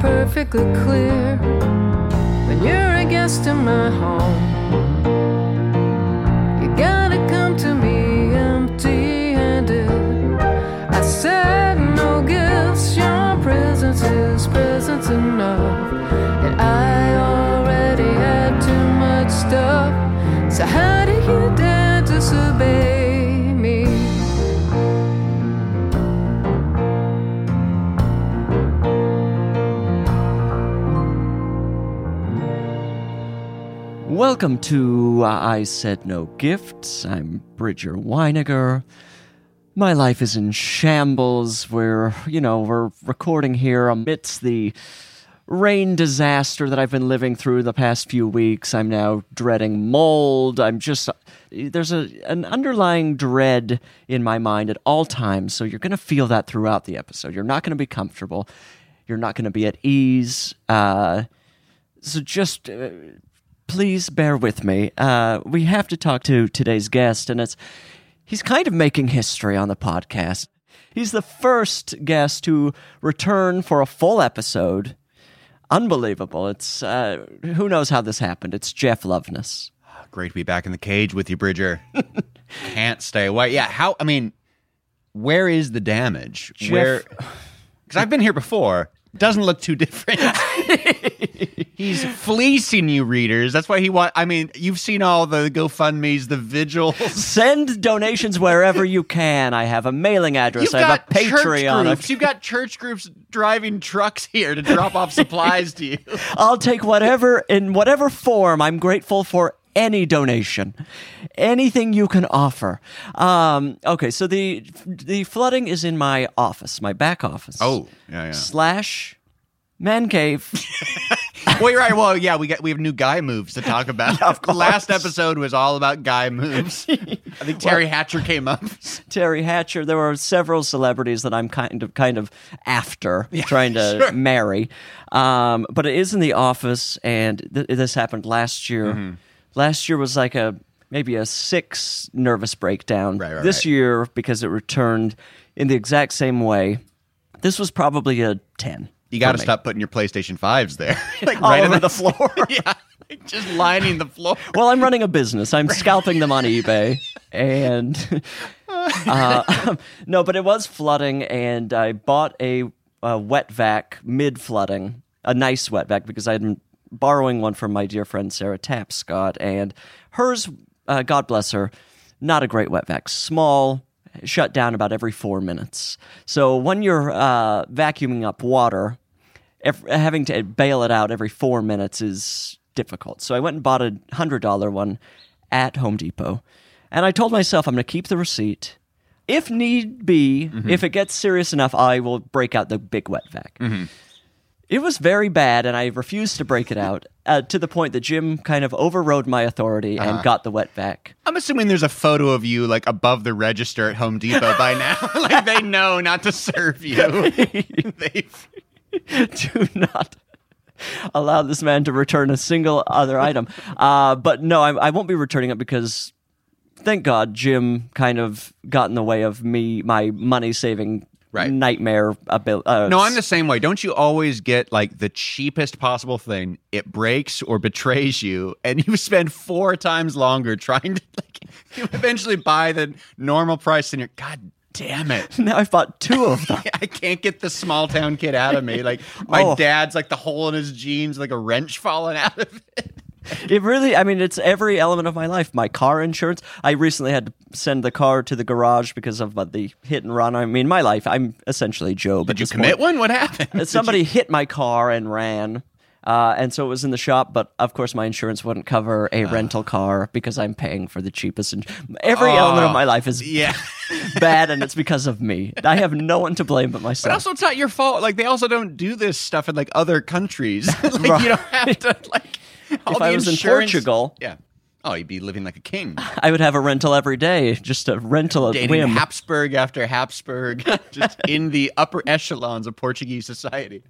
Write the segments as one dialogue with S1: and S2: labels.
S1: perfectly clear when you're a guest in my home. You gotta come to me empty handed. I said, No gifts, your presence is presence enough. And I already had too much stuff. So, how do you dare disobey?
S2: Welcome to I Said No Gifts. I'm Bridger Weiniger. My life is in shambles. We're, you know, we're recording here amidst the rain disaster that I've been living through the past few weeks. I'm now dreading mold. I'm just, there's a, an underlying dread in my mind at all times. So you're going to feel that throughout the episode. You're not going to be comfortable. You're not going to be at ease. Uh, so just. Uh, please bear with me. Uh, we have to talk to today's guest, and it's he's kind of making history on the podcast. He's the first guest to return for a full episode. Unbelievable! It's uh, who knows how this happened. It's Jeff Loveness.
S3: Great to be back in the cage with you, Bridger. Can't stay away. Yeah, how? I mean, where is the damage?
S2: Jeff-
S3: Where? Because I've been here before. Doesn't look too different. He's fleecing you, readers. That's why he want. I mean, you've seen all the GoFundmes, the vigils.
S2: Send donations wherever you can. I have a mailing address.
S3: You've
S2: I have
S3: got
S2: a Patreon.
S3: church
S2: I've-
S3: groups. You've got church groups driving trucks here to drop off supplies to you.
S2: I'll take whatever in whatever form. I'm grateful for any donation, anything you can offer. Um, okay, so the the flooding is in my office, my back office.
S3: Oh, yeah, yeah.
S2: Slash man cave.
S3: Wait, right? Well, yeah, we got we have new guy moves to talk about.
S2: of course.
S3: Last episode was all about guy moves. I think Terry Hatcher came up.
S2: Terry Hatcher. There were several celebrities that I'm kind of kind of after trying to
S3: sure.
S2: marry. Um, but it is in the office, and th- this happened last year.
S3: Mm-hmm.
S2: Last year was like a maybe a six nervous breakdown.
S3: Right, right,
S2: this
S3: right.
S2: year because it returned in the exact same way. This was probably a ten.
S3: You got to
S2: for me.
S3: stop putting your PlayStation fives there, like
S2: all
S3: right
S2: over
S3: in
S2: the floor.
S3: yeah, like, just lining the floor.
S2: Well, I'm running a business. I'm scalping them on eBay, and uh, no, but it was flooding, and I bought a, a wet vac mid flooding, a nice wet vac because I'm borrowing one from my dear friend Sarah Tapscott, and hers, uh, God bless her, not a great wet vac, small. Shut down about every four minutes. So when you're uh, vacuuming up water, ev- having to bail it out every four minutes is difficult. So I went and bought a hundred dollar one at Home Depot, and I told myself I'm going to keep the receipt. If need be, if it gets serious enough, I will break out the big wet vac. It was very bad, and I refused to break it out uh, to the point that Jim kind of overrode my authority and got the wet vac.
S3: I'm assuming there's a photo of you like above the register at Home Depot by now. like they know not to serve you. they
S2: do not allow this man to return a single other item. Uh, but no, I, I won't be returning it because thank God Jim kind of got in the way of me, my money saving
S3: Right.
S2: nightmare ability. Uh,
S3: No, I'm the same way. Don't you always get like the cheapest possible thing? It breaks or betrays you, and you spend four times longer trying to like you eventually buy the normal price, and you're god damn it.
S2: Now I've bought two of them.
S3: I can't get the small town kid out of me. Like my
S2: Oh.
S3: dad's like the hole in his jeans, like a wrench falling out of it.
S2: It really, I mean, it's every element of my life. My car insurance. I recently had to send the car to the garage because of uh, the hit and run. I mean, my life. I'm essentially Job. at
S3: Did you
S2: this
S3: commit
S2: point.
S3: one? What happened? Did
S2: Somebody hit my car and ran. Uh, and so it was in the shop, but of course my insurance wouldn't cover a
S3: Ah.
S2: rental car because I'm paying for the cheapest. Ins- Every element of my life is
S3: you- Ah. yeah.
S2: bad, and it's because of me. I have no one to blame but
S3: But
S2: myself.
S3: also, it's not your fault. Like they also don't do this stuff in like other countries. like you don't have to like. All
S2: If
S3: the
S2: I was in
S3: insurance-
S2: Portugal-
S3: yeah. Oh, you'd be living like a king,
S2: I would have a rental every day, just a rental at
S3: dating
S2: whim.
S3: Habsburg after Habsburg, just in the upper echelons of Portuguese society.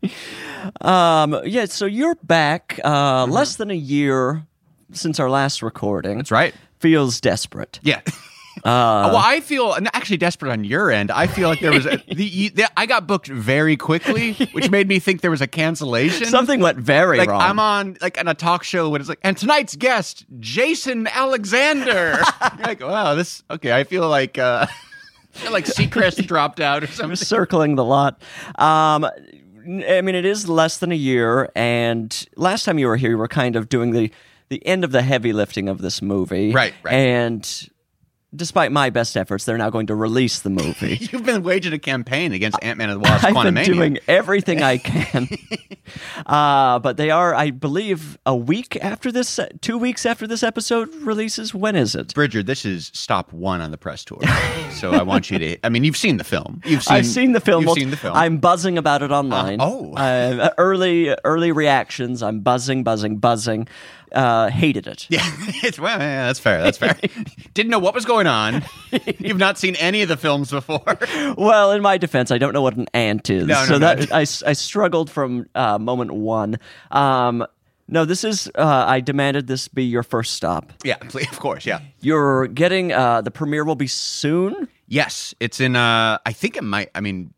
S2: Um, yeah, so you're back uh, less than a year since our last recording.
S3: Mm-hmm. That's right.
S2: Feels desperate.
S3: Yeah.
S2: Uh.
S3: well, I feel and actually desperate on your end. I feel like there was a, the, you- the I got booked very quickly, which made me think there was a cancellation.
S2: Something went very
S3: like
S2: wrong.
S3: I'm on like on a talk show when it's like, and tonight's guest Jason Alexander. You're like, wow, this okay. I feel like uh, I feel like Seacrest dropped out or
S2: I'm
S3: something.
S2: circling the lot. Um, I mean, it is less than a year, and last time you were here, you were kind of doing the the end of the heavy lifting of this movie,
S3: Right, right.
S2: And despite my best efforts, they're now going to release the movie.
S3: You've been waging a campaign against Ant Man and the Wasp:
S2: I've been
S3: Quantumania.
S2: doing everything I can. uh, but they are, I believe, a week after this, two weeks after this episode releases. When is it?
S3: Bridger, this is stop one on the press tour. so I want you to. I mean, you've seen the film. You've seen.
S2: I've seen the film.
S3: You've seen the film.
S2: I'm buzzing about it online.
S3: Uh, oh.
S2: Uh, early early reactions. I'm buzzing, buzzing, buzzing. Uh, hated it.
S3: Yeah, it's, well, yeah, that's fair. That's fair. Didn't know what was going on. You've not seen any of the films before.
S2: Well, in my defense, I don't know what an ant is,
S3: No, no,
S2: so
S3: no.
S2: that I, s- I struggled from uh, moment one. Um, no, this is. Uh, I demanded this be your first stop.
S3: yeah, please, of course. Yeah.
S2: You're getting uh, the premiere will be soon.
S3: Yes, it's in. Uh, I think it might. I mean,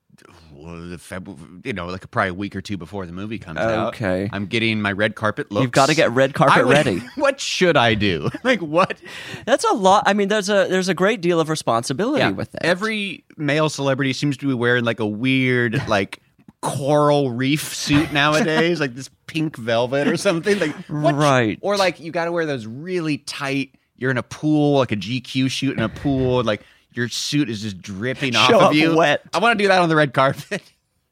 S3: February, you know, like probably a week or two before the movie comes out.
S2: Okay.
S3: I'm getting my red carpet looks.
S2: gotta get red carpet
S3: I would-
S2: ready.
S3: what should I do? Like what?
S2: That's a lot. I mean, there's a there's a great deal of responsibility with that.
S3: Every male celebrity seems to be wearing like a weird like coral reef suit nowadays, like this pink velvet or something. Like what sh-
S2: Right.
S3: or like you got to wear those really tight. You're in a pool, like a GQ shoot in a pool, like. Your suit is just dripping off
S2: Show
S3: of
S2: up
S3: you.
S2: wet.
S3: I want to do that on the red carpet.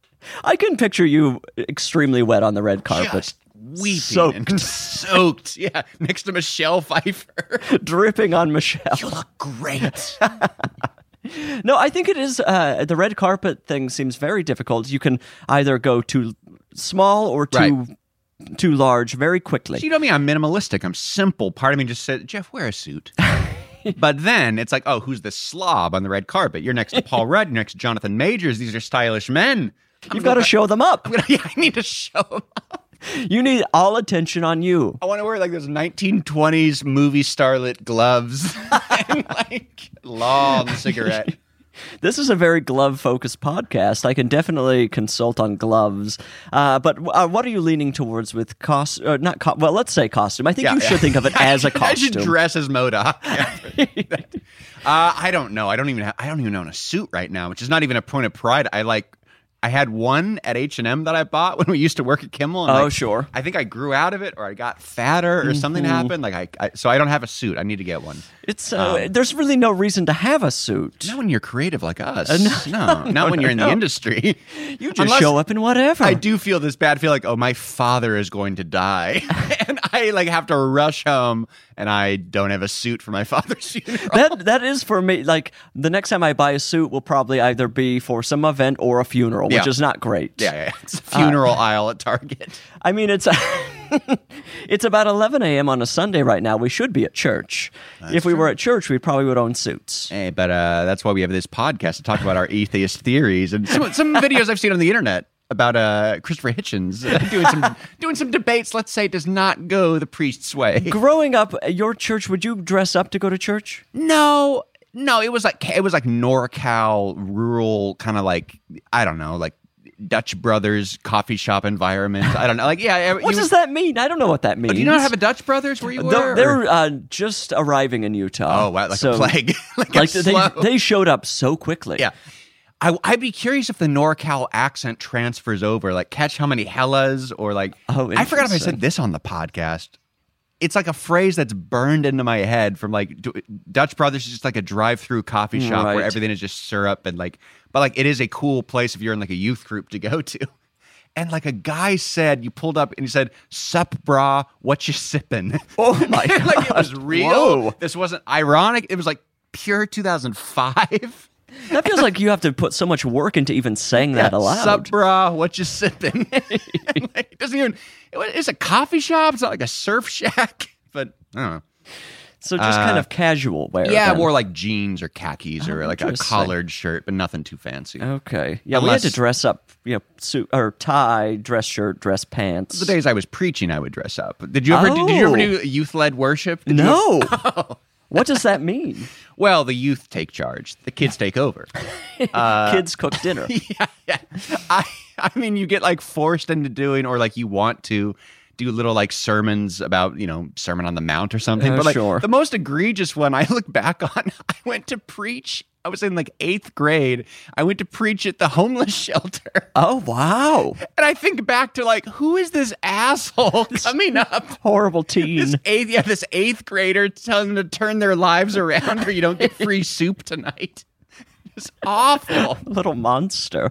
S2: I can picture you extremely wet on the red carpet,
S3: just weeping
S2: Soaked.
S3: and soaked. Yeah, next to Michelle Pfeiffer.
S2: dripping on Michelle.
S3: You look great.
S2: No, I think it is. Uh, the red carpet thing seems very difficult. You can either go too small or too too large very quickly.
S3: you know me. I'm minimalistic. I'm simple. Part of me just said, Jeff, wear a suit. but then it's like, oh, who's the slob on the red carpet? You're next to Paul Rudd. You're next to Jonathan Majors. These are stylish men.
S2: You've got to show them up.
S3: I'm gonna, yeah, I need to show 'em.
S2: You need all attention on you.
S3: I want to wear like those 1920s movie starlet gloves and like long cigarette.
S2: This is a very glove focused podcast. I can definitely consult on gloves. Uh, but uh, what are you leaning towards with cost? Uh, not co- well, let's say costume. I think
S3: Yeah,
S2: you
S3: yeah.
S2: should think of it as a
S3: I should
S2: costume.
S3: dress as Modoc. Yeah. uh, I don't know. I don't even. Have, I don't even own a suit right now, which is not even a point of pride. I like. I had one at H and M that I bought when we used to work at Kimmel. And
S2: Oh,
S3: like,
S2: sure. Mm-hmm.
S3: I think I grew out of it, or I got fatter, or something happened. Like I, I, so I don't have a suit. I need to get one.
S2: It's uh,
S3: Um,
S2: there's really no reason to have a suit.
S3: Not when you're creative like us.
S2: Uh,
S3: no, no, not when you're in the industry.
S2: you just
S3: Unless-
S2: show up in whatever.
S3: I do feel this bad feel like, oh, my father is going to die. and I like have to rush home and I don't have a suit for my father's funeral.
S2: That that is for me. Like the next time I buy a suit will probably either be for some event or a funeral, which
S3: Yeah.
S2: is not great.
S3: Yeah, yeah, yeah. It's a funeral aisle at Target.
S2: I mean, it's it's about 11 a.m. on a Sunday right now. We should be at church. if we were at church, we probably would own suits.
S3: Hey, but uh, that's why we have this podcast to talk about our atheist theories and some, some videos I've seen on the internet about uh, Christopher Hitchens uh, doing some doing some debates. Let's say does not go the priest's way.
S2: Growing up, at your church, would you dress up to go to church?
S3: No, no, it was like it was like NorCal rural kind of like I don't know like. Dutch Brothers coffee shop environment. I don't know. Like, yeah.
S2: What does that mean? I don't know what that means.
S3: Oh, Do you not have a Dutch Brothers where you were?
S2: They're,
S3: or-
S2: they're uh, just arriving in Utah.
S3: oh, wow. Like
S2: so-
S3: a plague. like,
S2: Like
S3: like a
S2: they,
S3: slow.
S2: they showed up so quickly.
S3: Yeah. I, I'd be curious if the NorCal accent transfers over. Like, catch how many hellas or like.
S2: Oh,
S3: I forgot if I
S2: interesting.
S3: said this on the podcast. it's like a phrase that's burned into my head from like D- Dutch Brothers is just like a drive-through coffee shop
S2: Right.
S3: where everything is just syrup and like, but like it is a cool place if you're in like a youth group to go to. And like a guy said, you pulled up and he said, "Sup, bra, what you sippin'?"
S2: Oh my god!
S3: like it was real.
S2: Whoa.
S3: This wasn't ironic. It was like pure 2005.
S2: That feels like you have to put so much work into even saying that aloud.
S3: Sup, brah? What you sipping? And, like, it doesn't even. it- it's a coffee shop. It's not like a surf shack. But I don't know.
S2: so just kind of casual wear.
S3: Uh, Yeah, I
S2: then.
S3: wore like jeans or khakis or like a
S2: interesting.
S3: collared shirt, but nothing too fancy.
S2: Oh. Okay. Yeah, we had
S3: Unless-
S2: to dress up. You know, suit or tie, dress shirt, dress pants.
S3: The days I was preaching, I would dress up. Did you ever? Did you
S2: Oh.
S3: ever do youth led worship? Did you-
S2: No. What does that mean?
S3: well, the youth take charge. The kids take over.
S2: Kids cook dinner.
S3: Uh, yeah, yeah. I, I mean, you get like forced into doing, or like you want to do little like sermons about, you know, Sermon on the Mount or something.
S2: Oh,
S3: but like
S2: sure.
S3: the most egregious one I look back on, I went to preach. I was in like eighth grade. I went to preach at the homeless shelter.
S2: Oh wow!
S3: And I think back to like, who is this asshole coming up?
S2: Horrible
S3: This
S2: teen.
S3: eighth, yeah, this eighth grader telling them to turn their lives around or you don't get free soup tonight. It's awful.
S2: little monster.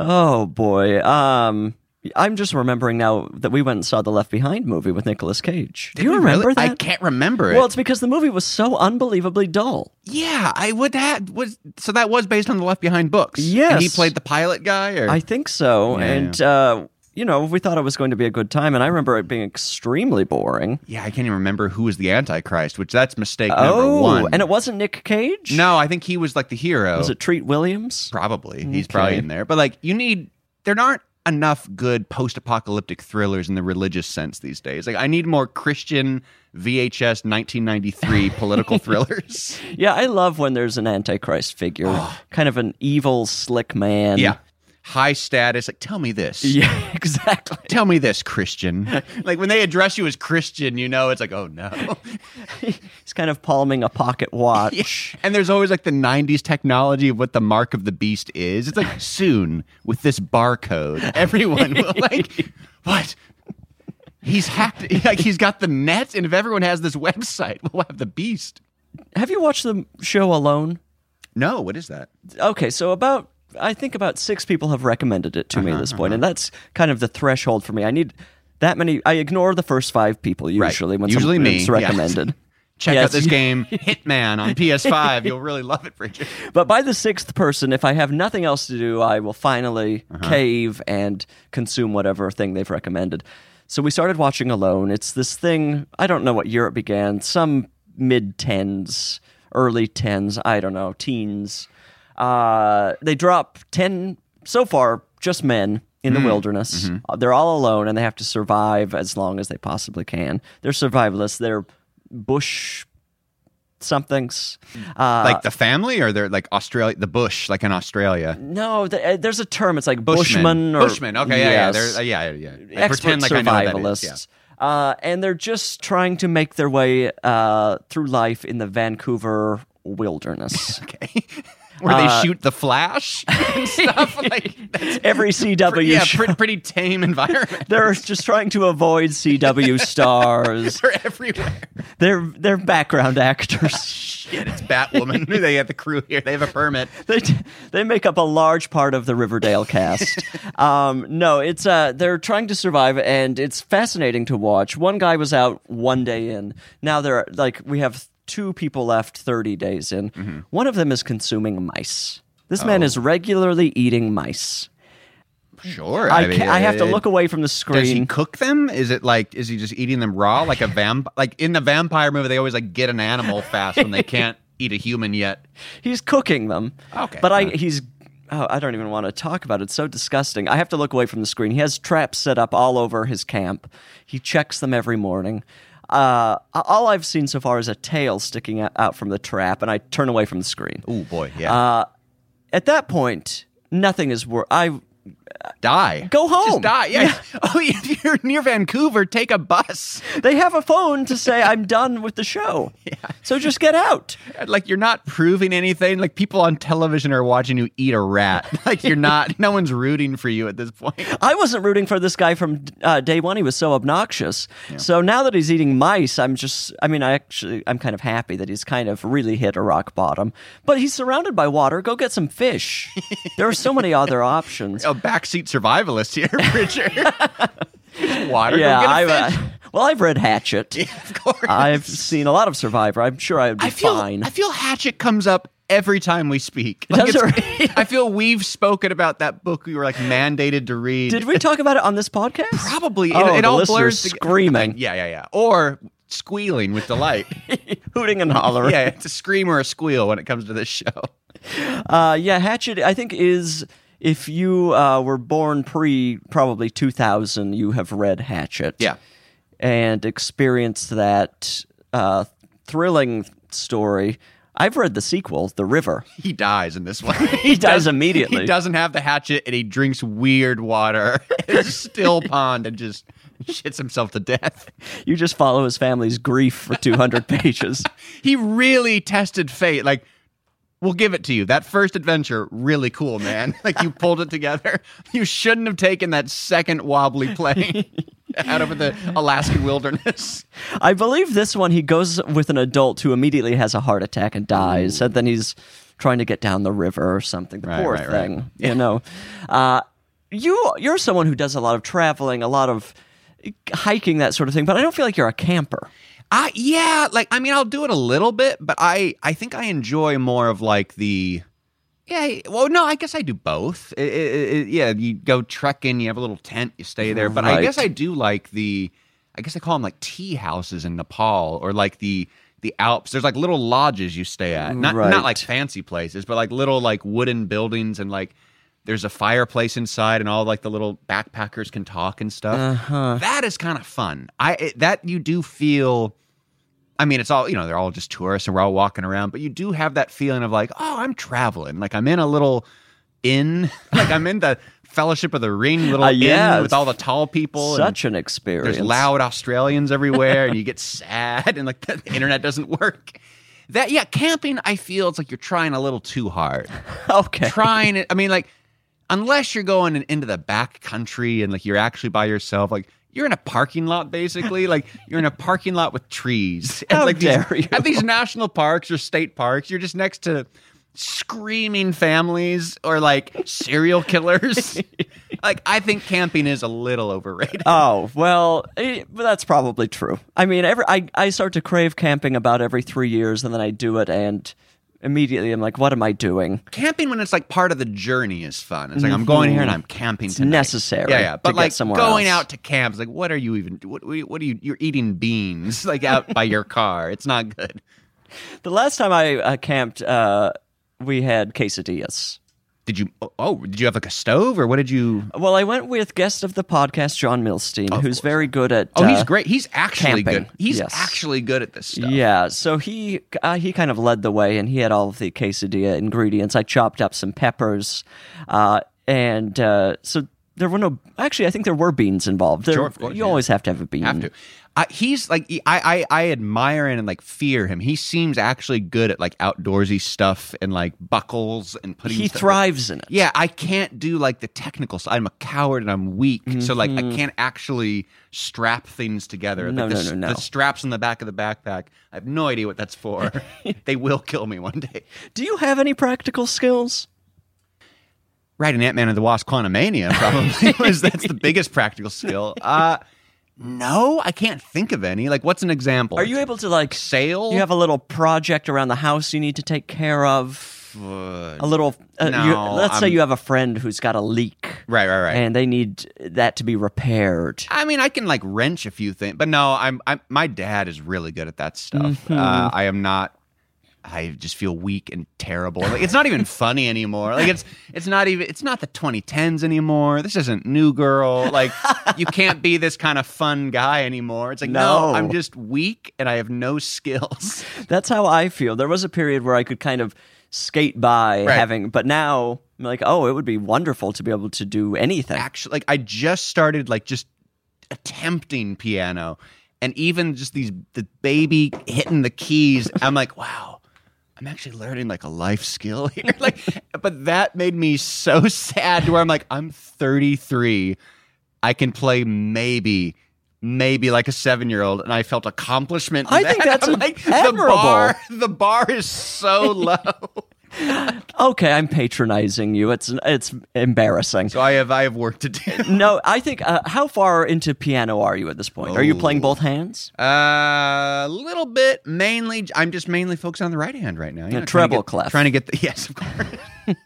S2: Oh boy. Um I'm just remembering now that we went and saw the Left Behind movie with Nicolas Cage. Do you
S3: Really?
S2: remember that?
S3: I can't remember it.
S2: Well, it's because the movie was so unbelievably dull.
S3: Yeah, I would that was so that was based on the Left Behind books.
S2: Yes.
S3: and he played the pilot guy. Or
S2: I think so.
S3: Yeah,
S2: and uh you know, we thought it was going to be a good time, and I remember it being extremely boring.
S3: yeah, I can't even remember who was the Antichrist, which that's mistake
S2: oh,
S3: number one.
S2: and it wasn't Nick Cage.
S3: no, I think he was like the hero.
S2: was it Treat Williams?
S3: probably he's probably
S2: Okay.
S3: in there, but like you need there aren't enough good post-apocalyptic thrillers in the religious sense these days. Like I need more Christian VHS 1993 political thrillers.
S2: Yeah, I love when there's an antichrist figure, kind of an evil, slick man.
S3: Oh. Yeah, high status. Like tell me this.
S2: yeah, exactly.
S3: Tell me this, Christian. Like when they address you as Christian, you know it's like, oh no.
S2: He's kind of palming a pocket watch.
S3: And there's always like the 90s technology of what the mark of the beast is. It's like soon with this barcode, everyone will like, what? He's hacked. Like he's got the net, and if everyone has this website, we'll have the beast.
S2: Have you watched the show Alone?
S3: No, what is that?
S2: Okay, so about I think about six people have recommended it to
S3: Uh-huh,
S2: me at this point, and that's kind of the threshold for me. I need that many. I ignore the first five people
S3: Right.
S2: usually when
S3: Usually me,
S2: it's
S3: yeah.
S2: recommended.
S3: Check
S2: Yes.
S3: out this game, Hitman on PS5. You'll really love it, Bridget.
S2: But by the sixth person, if I have nothing else to do, I will finally cave and consume whatever thing they've recommended. So we started watching Alone. It's this thing, I don't know what year it began, some mid 10s, early 10s, I don't know, teens. Uh, they drop 10, so far, just men in the wilderness. Uh, They're all alone and they have to survive as long as they possibly can. They're survivalists, they're bush somethings. Uh,
S3: Like the family, or they're like Australia, the bush, like in Australia.
S2: no, th- uh, there's a term. It's like
S3: Bushmen.
S2: Bushman or
S3: Bushmen. Okay, yeah, yeah,
S2: Yes.
S3: they're- uh, yeah, yeah, yeah. I
S2: expert
S3: pretend like I know what that is, yeah.
S2: survivalists. Uh, and they're just trying to make their way uh, through life in the Vancouver wilderness.
S3: where they shoot the flash and stuff. like Uh, that's
S2: Every
S3: pre-
S2: CW
S3: yeah,
S2: show,
S3: pre- pretty tame environment.
S2: they're just trying to avoid CW stars.
S3: They're everywhere.
S2: they're they're background actors.
S3: Shit, it's Batwoman. they have the crew here. They have a permit.
S2: they they make up a large part of the Riverdale cast. um, no, it's uh, they're trying to survive, and it's fascinating to watch. One guy was out one day in. Now there are like we have two people left, thirty days in.
S3: Mm-hmm.
S2: One of them is consuming mice. This man
S3: Oh.
S2: is regularly eating mice.
S3: Sure.
S2: I,
S3: mean,
S2: ca- I have to
S3: it-
S2: look away from the
S3: Does he
S2: screen.
S3: cook them? Is it like is he just eating them raw like a vamp? Like in the vampire movie, they always like get an animal fast when they can't eat a human yet.
S2: he's cooking them.
S3: Okay.
S2: But I
S3: Yeah.
S2: he's oh, I don't even want to talk about it. It's so disgusting. I have to look away from the screen. He has traps set up all over his camp. He checks them every morning. Uh, all I've seen so far is a tail sticking out- out from the trap, and I turn away from the screen
S3: Oh boy, yeah.
S2: at that point, nothing is worth. I
S3: die.
S2: Go home.
S3: Just die. Yeah. Oh, if you're near Vancouver, take a bus.
S2: They have a phone to say I'm done with the show. So just get out.
S3: Like you're not proving anything. Like people on television are watching you eat a rat. Like you're not. no one's rooting for you at this point.
S2: I wasn't rooting for this guy from uh, day one. He was so obnoxious. So now that he's eating mice, I'm just, I mean, I actually, I'm kind of happy that he's kind of really hit a rock bottom. But he's surrounded by water. Go get some fish. there are so many other options.
S3: A backseat survivalist here, Richard. Water.
S2: yeah,
S3: Go get a
S2: I've,
S3: fish.
S2: uh, well, I've read Hatchet.
S3: of course.
S2: I've seen a lot of Survivor. I'm sure I'd be
S3: I feel
S2: fine.
S3: I feel Hatchet comes up every time we speak.
S2: Does
S3: it's-
S2: it really?
S3: I feel we've spoken about that book we were like mandated to read.
S2: Did we talk about it on this podcast?
S3: Probably. It-
S2: Oh,
S3: it
S2: the
S3: all
S2: listeners
S3: blurs together.
S2: screaming,
S3: Yeah, yeah, yeah. Or squealing with delight.
S2: hooting and hollering.
S3: yeah, it's a scream or a squeal when it comes to this show.
S2: Uh, yeah, Hatchet, I think, is if you uh, were born pre probably 2000, you have read Hatchet.
S3: Yeah.
S2: And experienced that uh, thrilling story. I've read the sequel, The River.
S3: He dies in this one.
S2: He dies immediately.
S3: He doesn't have the hatchet and he drinks weird water. It's a still pond and just shits himself to death.
S2: You just follow his family's grief for 200 pages.
S3: He really tested fate. Like, we'll give it to you. That first adventure, really cool, man. Like, you pulled it together. You shouldn't have taken that second wobbly plane out over the Alaskan wilderness.
S2: I believe this one, he goes with an adult who immediately has a heart attack and dies, and then he's trying to get down the river or something. The
S3: Right,
S2: poor
S3: right, right.
S2: thing, you know. Uh, you you're someone who does a lot of traveling, a lot of hiking, that sort of thing. But I don't feel like you're a camper.
S3: I yeah, like I mean, I'll do it a little bit, but I I think I enjoy more of like the yeah. Well, no, I guess I do both. I- I- I- yeah, you go trekking, you have a little tent, you stay there. But I
S2: Right.
S3: guess I do like the I guess I call them like tea houses in Nepal or like the the Alps. There's like little lodges you stay at, not
S2: Right.
S3: not like fancy places, but like little like wooden buildings and like. There's a fireplace inside, and all like the little backpackers can talk and stuff.
S2: Uh-huh.
S3: That is kind of fun. I it, that you do feel I mean, it's all, you know, they're all just tourists and we're all walking around, but you do have that feeling of like, oh, I'm traveling. Like I'm in a little inn, like I'm in the Fellowship of the Ring little
S2: Uh, yeah,
S3: inn with all the tall people. and
S2: Such an experience.
S3: there's loud Australians everywhere and you get sad and like the internet doesn't work. That, yeah, camping, I feel it's like you're trying a little too hard
S2: Okay.
S3: trying it. I mean, like, unless you're going in- into the back country and like you're actually by yourself, like you're in a parking lot basically. Like you're in a parking lot with trees. And,
S2: How
S3: like,
S2: dare
S3: these,
S2: you.
S3: At these national parks or state parks, you're just next to screaming families or like serial killers. like I think camping is a little overrated.
S2: Oh well, eh, but that's probably true. I mean, every I, I start to crave camping about every three years, and then I do it, and immediately I'm like, "What am I doing?"
S3: camping when it's like part of the journey is fun. It's like I'm going here and I'm camping. It's
S2: Mm-hmm. necessary
S3: Yeah, yeah.
S2: to
S3: But
S2: get
S3: like
S2: somewhere
S3: going
S2: else.
S3: out to camp is like, what are you even? What, what are you? You're eating beans like out by your car. It's not good.
S2: The last time I uh, camped, uh, we had quesadillas.
S3: Did you? Oh, did you have like a stove or what did you?
S2: Well, I went with guest of the podcast, John Milstein, who's very good at.
S3: Oh, he's
S2: uh,
S3: great. He's actually
S2: camping.
S3: good. He's
S2: Yes.
S3: actually good at this stuff.
S2: Yeah, so he uh, he kind of led the way, and he had all of the quesadilla ingredients. I chopped up some peppers, uh, and uh, so there were no. Actually, I think there were beans involved. There,
S3: Sure, of course,
S2: You
S3: yeah.
S2: always have to have a bean.
S3: Have to. I, he's like he- I, I I admire and like fear him. He seems actually good at like outdoorsy stuff and like buckles and putting.
S2: He
S3: stuff-
S2: thrives in it.
S3: Yeah, I can't do like the technical side. I'm a coward and I'm weak, so like I can't actually strap things together.
S2: Mm-hmm. No,
S3: like, the,
S2: no, no, no.
S3: The straps on the back of the backpack. I have no idea what that's for. they will kill me one day.
S2: Do you have any practical skills?
S3: Writing Ant Man and the Wasp: Quantumania probably was that's the biggest practical skill. Uh, no, I can't think of any. Like, what's an example?
S2: Are you able to like?
S3: sail?
S2: You have a little project around the house you need to take care of.
S3: Uh,
S2: a little. Uh,
S3: No,
S2: you- let's say
S3: I'm-
S2: you have a friend who's got a leak,
S3: Right, right, right.
S2: and they need that to be repaired.
S3: I mean, I can like wrench a few things, but no, I'm, I'm my dad is really good at that stuff. Uh, I am not. I just feel weak and terrible. Like it's not even funny anymore. Like it's it's not even it's not the 2010s anymore. This isn't New Girl. Like you can't be this kind of fun guy anymore. It's like no,
S2: No.
S3: I'm just weak and I have no skills.
S2: That's how I feel. There was a period where I could kind of skate by
S3: Right.
S2: having, but now I'm like, oh, it would be wonderful to be able to do anything.
S3: actually like I just started like just attempting piano and even just these the baby hitting the keys I'm like wow I'm actually learning like a life skill here like but that made me so sad to where I'm like I'm 33 I can play maybe maybe like a 7 year old and I felt accomplishment in
S2: I think
S3: that.
S2: that's
S3: I'm like the
S2: admirable.
S3: bar the bar is so low
S2: Okay, I'm patronizing you. It's it's embarrassing.
S3: so I have I have work to do
S2: No, I think. Uh, how far into piano are you at this point? Are you
S3: Oh.
S2: playing both hands?
S3: Uh, A little bit, mainly. I'm just mainly focused on the right hand right now. You
S2: A
S3: trying to
S2: treble
S3: get-
S2: clef.
S3: Trying to get the yes, of course.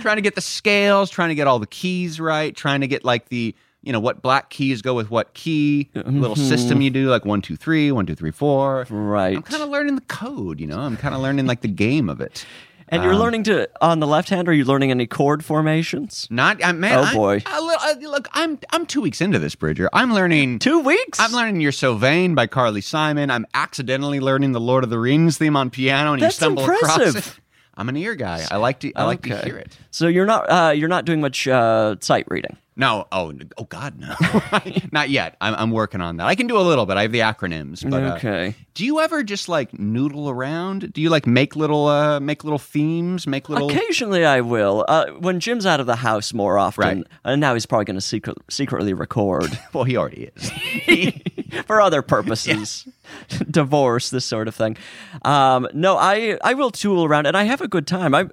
S3: trying to get the scales, trying to get all the keys right, trying to get like the you know what black keys go with what key. Little system you do like one two three, one two three four.
S2: Mm-hmm. Right.
S3: I'm kind of learning the code. You know, I'm kind of learning like the game of it.
S2: And you're learning to on the left hand. Are you learning any chord formations?
S3: Not, I, man.
S2: Oh,
S3: I'm-
S2: boy.
S3: I, li- I, look, I'm I'm two weeks into this, Bridger. I'm learning
S2: Two weeks.
S3: I'm learning "You're So Vain" by Carly Simon. I'm accidentally learning the Lord of the Rings theme on piano, and
S2: That's
S3: you stumble across
S2: impressive.
S3: it. I'm an ear guy. I like to. I like to
S2: Okay.
S3: hear it.
S2: So you're not uh, you're not doing much uh, sight reading.
S3: No. Oh. n- Oh. God. No. Not yet. I'm, I'm working on that. I can do a little bit. I have the acronyms. But, uh,
S2: okay.
S3: do you ever just like noodle around? Do you like make little uh make little themes? Make little.
S2: Occasionally, I will. Uh, when Jim's out of the house more often,
S3: Right.
S2: and now he's probably going to secret, secretly record
S3: Well, he already is.
S2: for other purposes, divorce, this sort of thing. Um, no, I I will tool around, and I have a good time. I,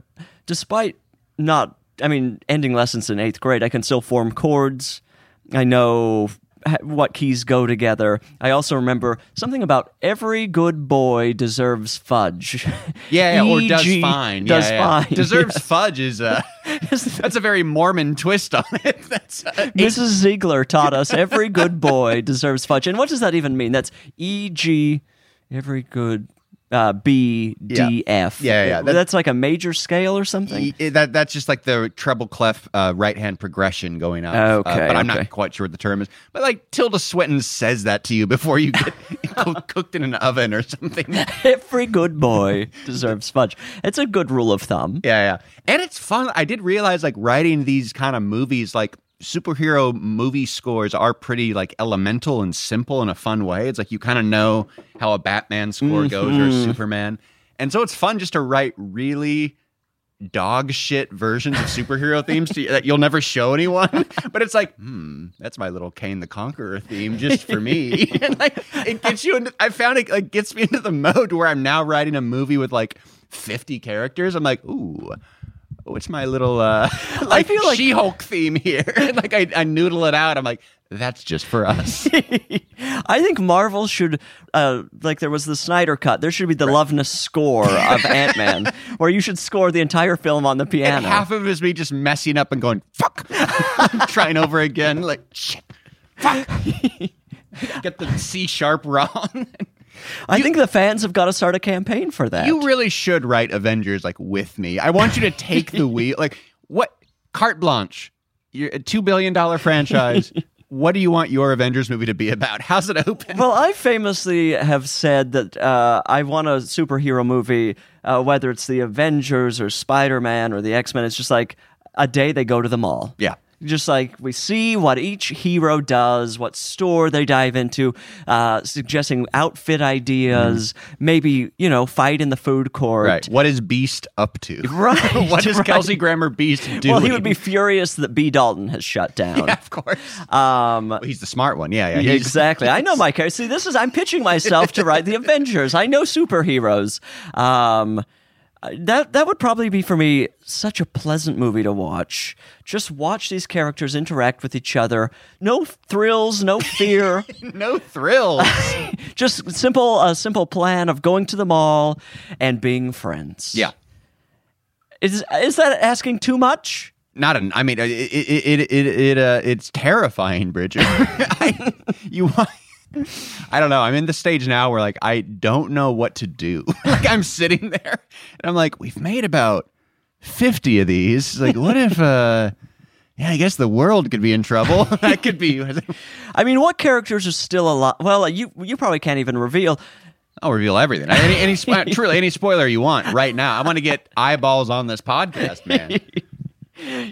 S2: despite not, I mean, ending lessons in eighth grade, I can still form chords. I know ha- what keys go together. I also remember something about every good boy deserves fudge.
S3: Yeah. yeah, or does
S2: E.g.,
S3: fine.
S2: E Does
S3: yeah, yeah.
S2: fine.
S3: Deserves fudge is uh
S2: Yes.
S3: That's a very Mormon twist on it. That's uh,
S2: Mrs. Ziegler taught us every good boy deserves fudge. And what does that even mean? That's E G, every good uh, B D F.
S3: Yeah, yeah, that- E-
S2: That's like a major scale or something.
S3: Y- eh, that that's just like the treble clef uh, right hand progression going up. Uh,
S2: Okay,
S3: but I'm
S2: okay.
S3: not quite sure what the term is. But like Tilda Swinton says that to you before you get co- cooked in an oven or something. Yeah,
S2: every good boy deserves fudge. It's a good rule of thumb.
S3: yeah. And it's fun. I did realize like writing these kind of movies like superhero movie scores are pretty like elemental and simple in a fun way. It's like you kind of know how a Batman score goes or a
S2: Mm-hmm.
S3: Superman. And so it's fun just to write really dog shit versions of superhero themes to, that you'll never show anyone. But it's like, hmm, that's my little Kane the Conqueror theme just for me. and like, it gets you into. I found it like gets me into the mode where I'm now writing a movie with like 50 characters. I'm like, ooh. What's my little uh like,
S2: feel like-
S3: She-Hulk theme here? like I, I noodle it out. I'm like, that's just for us.
S2: I think Marvel should, uh, like, there was the Snyder cut. There should be the Loveness score of Ant Man, where you should score the entire film on the piano.
S3: And half of it is me just messing up and going, fuck, trying over again, like, shit, fuck. Get the C sharp wrong.
S2: I think the fans have got to start a campaign for that.
S3: you really should write Avengers like with me. I want you to take the wheel. Like, what? Carte blanche. You're a $2 billion franchise. what do you want your Avengers movie to be about? How's it open?
S2: Well, I famously have said that uh, I want a superhero movie, uh, whether it's the Avengers or Spider Man or the X Men. It's just like a day they go to the mall.
S3: Yeah.
S2: Just like we see what each hero does, what store they dive into, uh, suggesting outfit ideas, maybe, you know, fight in the food court.
S3: Mm-hmm. Right. What is Beast up to?
S2: Right,
S3: what is
S2: right.
S3: Kelsey Grammer Beast doing?
S2: Well, he would be furious that B. Dalton has shut down.
S3: Yeah, of course.
S2: Um,
S3: Well, he's the smart one. Yeah, yeah. he's-
S2: Exactly. I know my character. See, this is I'm pitching myself to write the Avengers. I know superheroes. Um, that that would probably be for me such a pleasant movie to watch. Just watch these characters interact with each other. No thrills, no fear.
S3: No thrills.
S2: Just simple a simple plan of going to the mall and being friends.
S3: yeah.
S2: Is is that asking too much?
S3: not an i mean it it it it, it uh it's terrifying bridget I, you want I don't know. I'm in the stage now where like I don't know what to do. like I'm sitting there and I'm like, we've made about 50 of these. Like, what if uh yeah, I guess the world could be in trouble. that could be
S2: I mean, what characters are still alive? Well, you you probably can't even reveal.
S3: I'll reveal everything. Any, any spo- truly any spoiler you want right now. I want to get eyeballs on this podcast, man.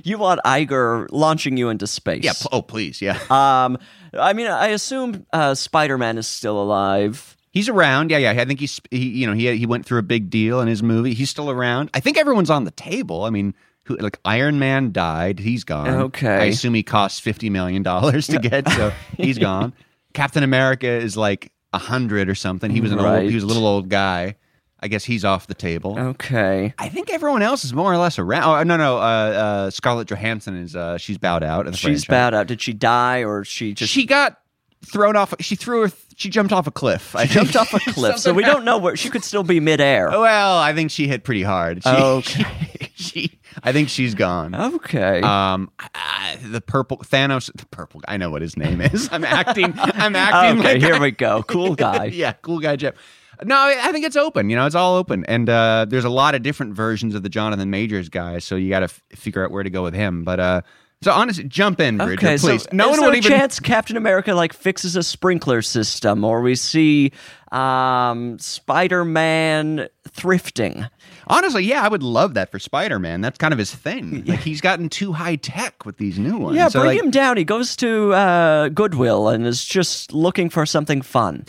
S2: You want Iger launching you into space.
S3: Yeah. pl- oh, please. Yeah.
S2: Um, I mean, I assume uh, Spider Man is still alive.
S3: He's around. Yeah, yeah. I think he's he, you know, he he went through a big deal in his movie. He's still around. I think everyone's on the table. I mean, who like Iron Man died, he's gone.
S2: Okay.
S3: I assume he cost 50 million dollars to get, so he's gone. Captain America is like 100 or something. He was an old
S2: Right. Oh.
S3: he was a little old guy. I guess he's off the table.
S2: Okay.
S3: I think everyone else is more or less around. Oh, no, no. Uh, uh, Scarlett Johansson is uh, she's bowed out. of the
S2: She's
S3: franchise.
S2: bowed out. Did she die or she just
S3: She got thrown off. She threw her. She jumped off a cliff. I
S2: I jumped
S3: think.
S2: off a cliff? so
S3: Something Oh.
S2: we don't know where she could still be midair.
S3: Well, I think she hit pretty hard. She,
S2: Okay.
S3: She, she- I think she's gone.
S2: Okay.
S3: Um, I- I- the purple Thanos, the purple. I know what his name is. I'm acting. I'm acting.
S2: okay,
S3: like
S2: here
S3: I-
S2: we go. Cool guy.
S3: yeah, cool guy Jeff. No, I I think it's open. You know, it's all open, and uh, there's a lot of different versions of the Jonathan Majors guy. So you got to f- figure out where to go with him. But uh, so honestly, jump in, Bridger,
S2: Okay,
S3: please.
S2: so
S3: no
S2: is
S3: one
S2: there
S3: would
S2: a
S3: even.
S2: chance Captain America like fixes a sprinkler system, or we see um, Spider-Man thrifting?
S3: Honestly, yeah, I would love that for Spider Man. That's kind of his thing. Like he's gotten too high tech with these new ones.
S2: Yeah,
S3: So,
S2: bring
S3: like,
S2: him down. He goes to uh, Goodwill and is just looking for something fun.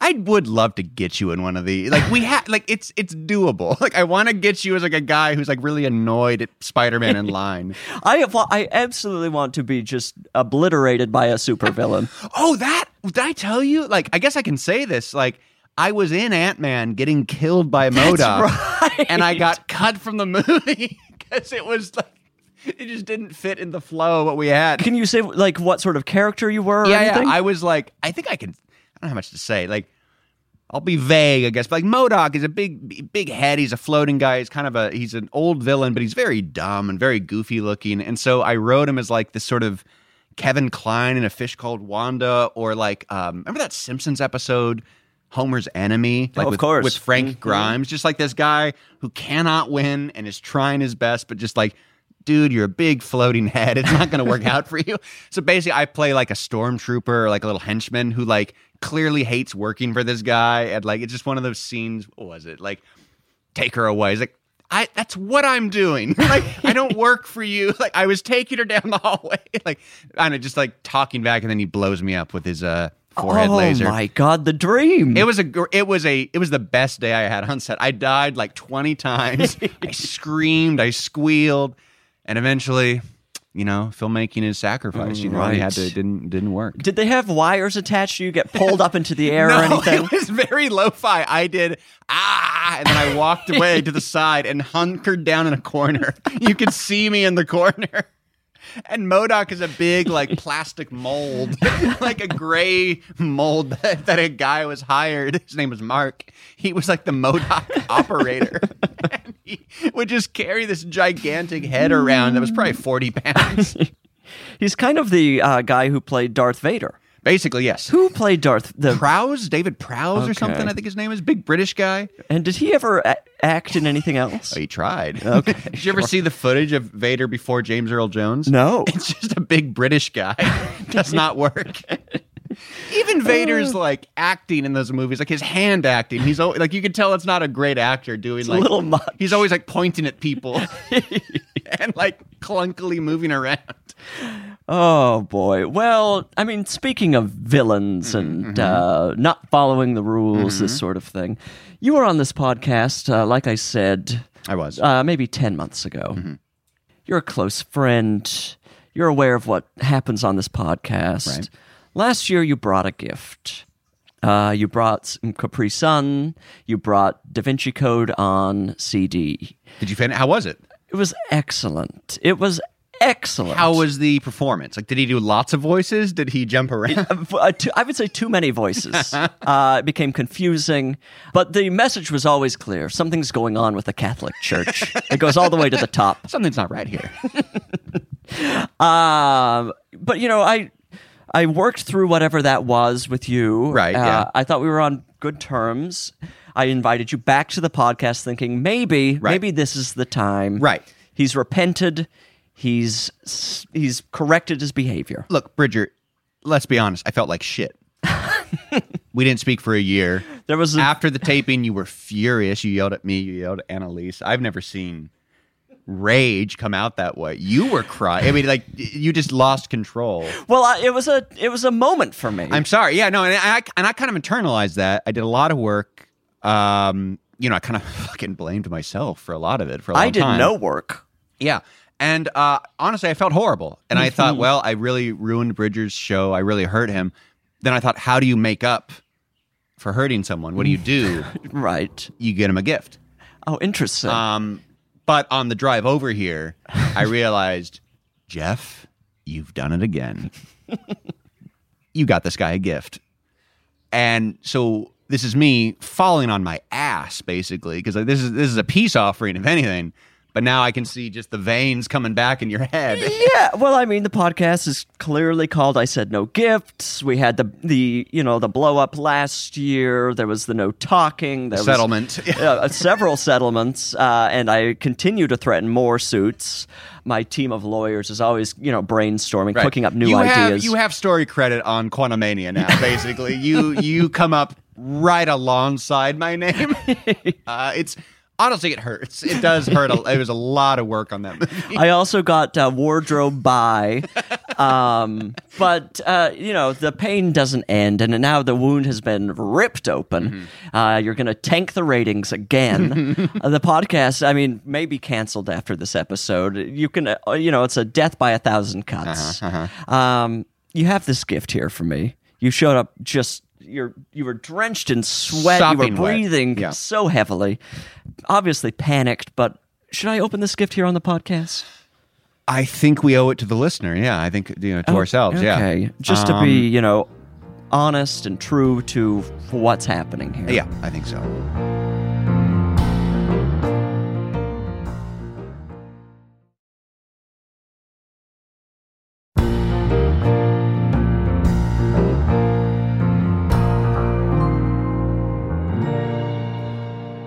S3: I would love to get you in one of these. Like we have, like it's it's doable. Like I want to get you as like a guy who's like really annoyed at Spider Man in line.
S2: I well, I absolutely want to be just obliterated by a supervillain.
S3: Oh, that did I tell you? Like I guess I can say this. Like I was in Ant Man getting killed by Modoc, and I got cut from the movie because it was like it just didn't fit in the flow of what we had.
S2: Can you say like what sort of character you were? Or
S3: yeah,
S2: anything?
S3: yeah. I was like, I think I can. I don't have much to say. Like, I'll be vague, I guess. But like, Modoc is a big, big head. He's a floating guy. He's kind of a. He's an old villain, but he's very dumb and very goofy looking. And so I wrote him as like this sort of Kevin Klein in a fish called Wanda, or like, um, remember that Simpsons episode? Homer's enemy, like
S2: Oh, of
S3: with,
S2: course.
S3: with Frank
S2: Mhm.
S3: Grimes, just like this guy who cannot win and is trying his best, but just like, dude, you're a big floating head. It's not going to work out for you. So basically, I play like a stormtrooper, or like a little henchman who like clearly hates working for this guy, and like it's just one of those scenes. What was it like? Take her away. He's like. I, that's what I'm doing. Like I don't work for you. Like I was taking her down the hallway. Like I know, just like talking back, and then he blows me up with his uh forehead
S2: oh
S3: laser.
S2: my god, the dream!
S3: It was a gr- it was a it was the best day I had on set. I died like 20 times. I screamed, I squealed, and eventually, you know, filmmaking is sacrifice. You know, I had to
S2: Right.
S3: it didn't didn't work.
S2: Did they have wires attached? You get pulled up into the air
S3: no,
S2: or anything?
S3: it was very lo-fi. I did ah, and then I walked away to the side and hunkered down in a corner. You could see me in the corner. And Modoc is a big, like, plastic mold, like a gray mold that, that a guy was hired. His name was Mark. He was like the Modoc operator. And he would just carry this gigantic head around that was probably 40 pounds.
S2: He's kind of the uh, guy who played Darth Vader.
S3: Basically, yes.
S2: Who played Darth the?
S3: Prowse, David Prowse or something,
S2: Okay.
S3: I think his name is. Big British guy.
S2: and did he ever a- act in anything else?
S3: Oh, he tried. Okay. Did you ever see the footage of Vader before James Earl Jones?
S2: No.
S3: It's just a big British guy. Does not work. Even Vader's like acting in those movies, like his hand acting. He's always, like you can tell it's not a great actor doing
S2: a
S3: like
S2: little much.
S3: He's always like pointing at people and like clunkily moving around.
S2: Oh boy. Well, I mean, speaking of
S3: Mm-hmm,
S2: villains and uh, not following the rules, this sort of thing, you were on this podcast, uh, like I said,
S3: I was.
S2: uh, maybe ten months ago.
S3: Mm-hmm.
S2: You're a close friend. You're aware of what happens on this podcast.
S3: Right.
S2: Last year, you brought a gift. Uh, you brought some Capri Sun. You brought Da Vinci Code on CD.
S3: Did you finish? How was it?
S2: It was excellent. It was excellent.
S3: How was the performance? Like, did he do lots of voices? Did he jump around?
S2: F- uh, too, I would say too many voices. uh, it became confusing, but the message was always clear. Something's going on with the Catholic Church. it goes all the way to the top.
S3: Something's not right here.
S2: Um, but you know, I I worked through whatever that was with you. Uh,
S3: Right, yeah.
S2: I thought we were on good terms. I invited you back to the podcast thinking maybe
S3: Right.
S2: maybe this is the time.
S3: Right.
S2: He's repented. He's he's corrected his behavior.
S3: Look, Bridger, let's be honest. I felt like shit. we didn't speak for a year.
S2: There was a-
S3: after the taping, you were furious. You yelled at me. You yelled at Annalise. I've never seen rage come out that way. You were crying. I mean, like you just lost control.
S2: Well, I, it was a it was a moment for me.
S3: I'm sorry. Yeah, no, and I and I kind of internalized that. I did a lot of work. Um, you know, I kind of fucking blamed myself for a lot of it. For a long
S2: I did
S3: time.
S2: no work.
S3: Yeah. And uh, honestly, I felt horrible. And I thought, well, I really ruined Bridger's show. I really hurt him. Then I thought, how do you make up for hurting someone? What do you do?
S2: Right.
S3: you get him a gift.
S2: Oh, interesting.
S3: Um, but on the drive over here, I realized, Jeff, you've done it again. you got this guy a gift. And so this is me falling on my ass basically because this is this is a peace offering if anything. But now I can see just the veins coming back in your head.
S2: yeah, well, I mean, the podcast is clearly called "I Said No Gifts." We had the the you know the blow up last year. There was the no talking there was-
S3: Settlement.
S2: uh, several settlements, uh, and I continue to threaten more suits. My team of lawyers is always you know brainstorming,
S3: Right.
S2: cooking up new
S3: you
S2: ideas.
S3: Have, you have story credit on Quantumania now, basically. you you come up right alongside my name. Uh, it's honestly it hurts. It does hurt. A, it was a lot of work on that movie.
S2: I also got uh, wardrobe by. Um, but uh, you know the pain doesn't end, and now the wound has been ripped open.
S3: Mm-hmm.
S2: Uh, you're going to tank the ratings again. Uh, the podcast, I mean, may be canceled after this episode. You can, uh, you know, it's a death by a thousand cuts.
S3: Uh-huh,
S2: Um, you have this gift here for me. You showed up just. You're, you were drenched in sweat. you
S3: Sopping
S2: were
S3: wet.
S2: breathing
S3: Yeah.
S2: so heavily, obviously panicked. But should I open this gift here on the podcast?
S3: I think we owe it to the listener. Yeah, I think you know to
S2: Oh,
S3: ourselves. Yeah, Um,
S2: Okay. Just to be, you know, honest and true to what's happening here.
S3: Yeah, I think so.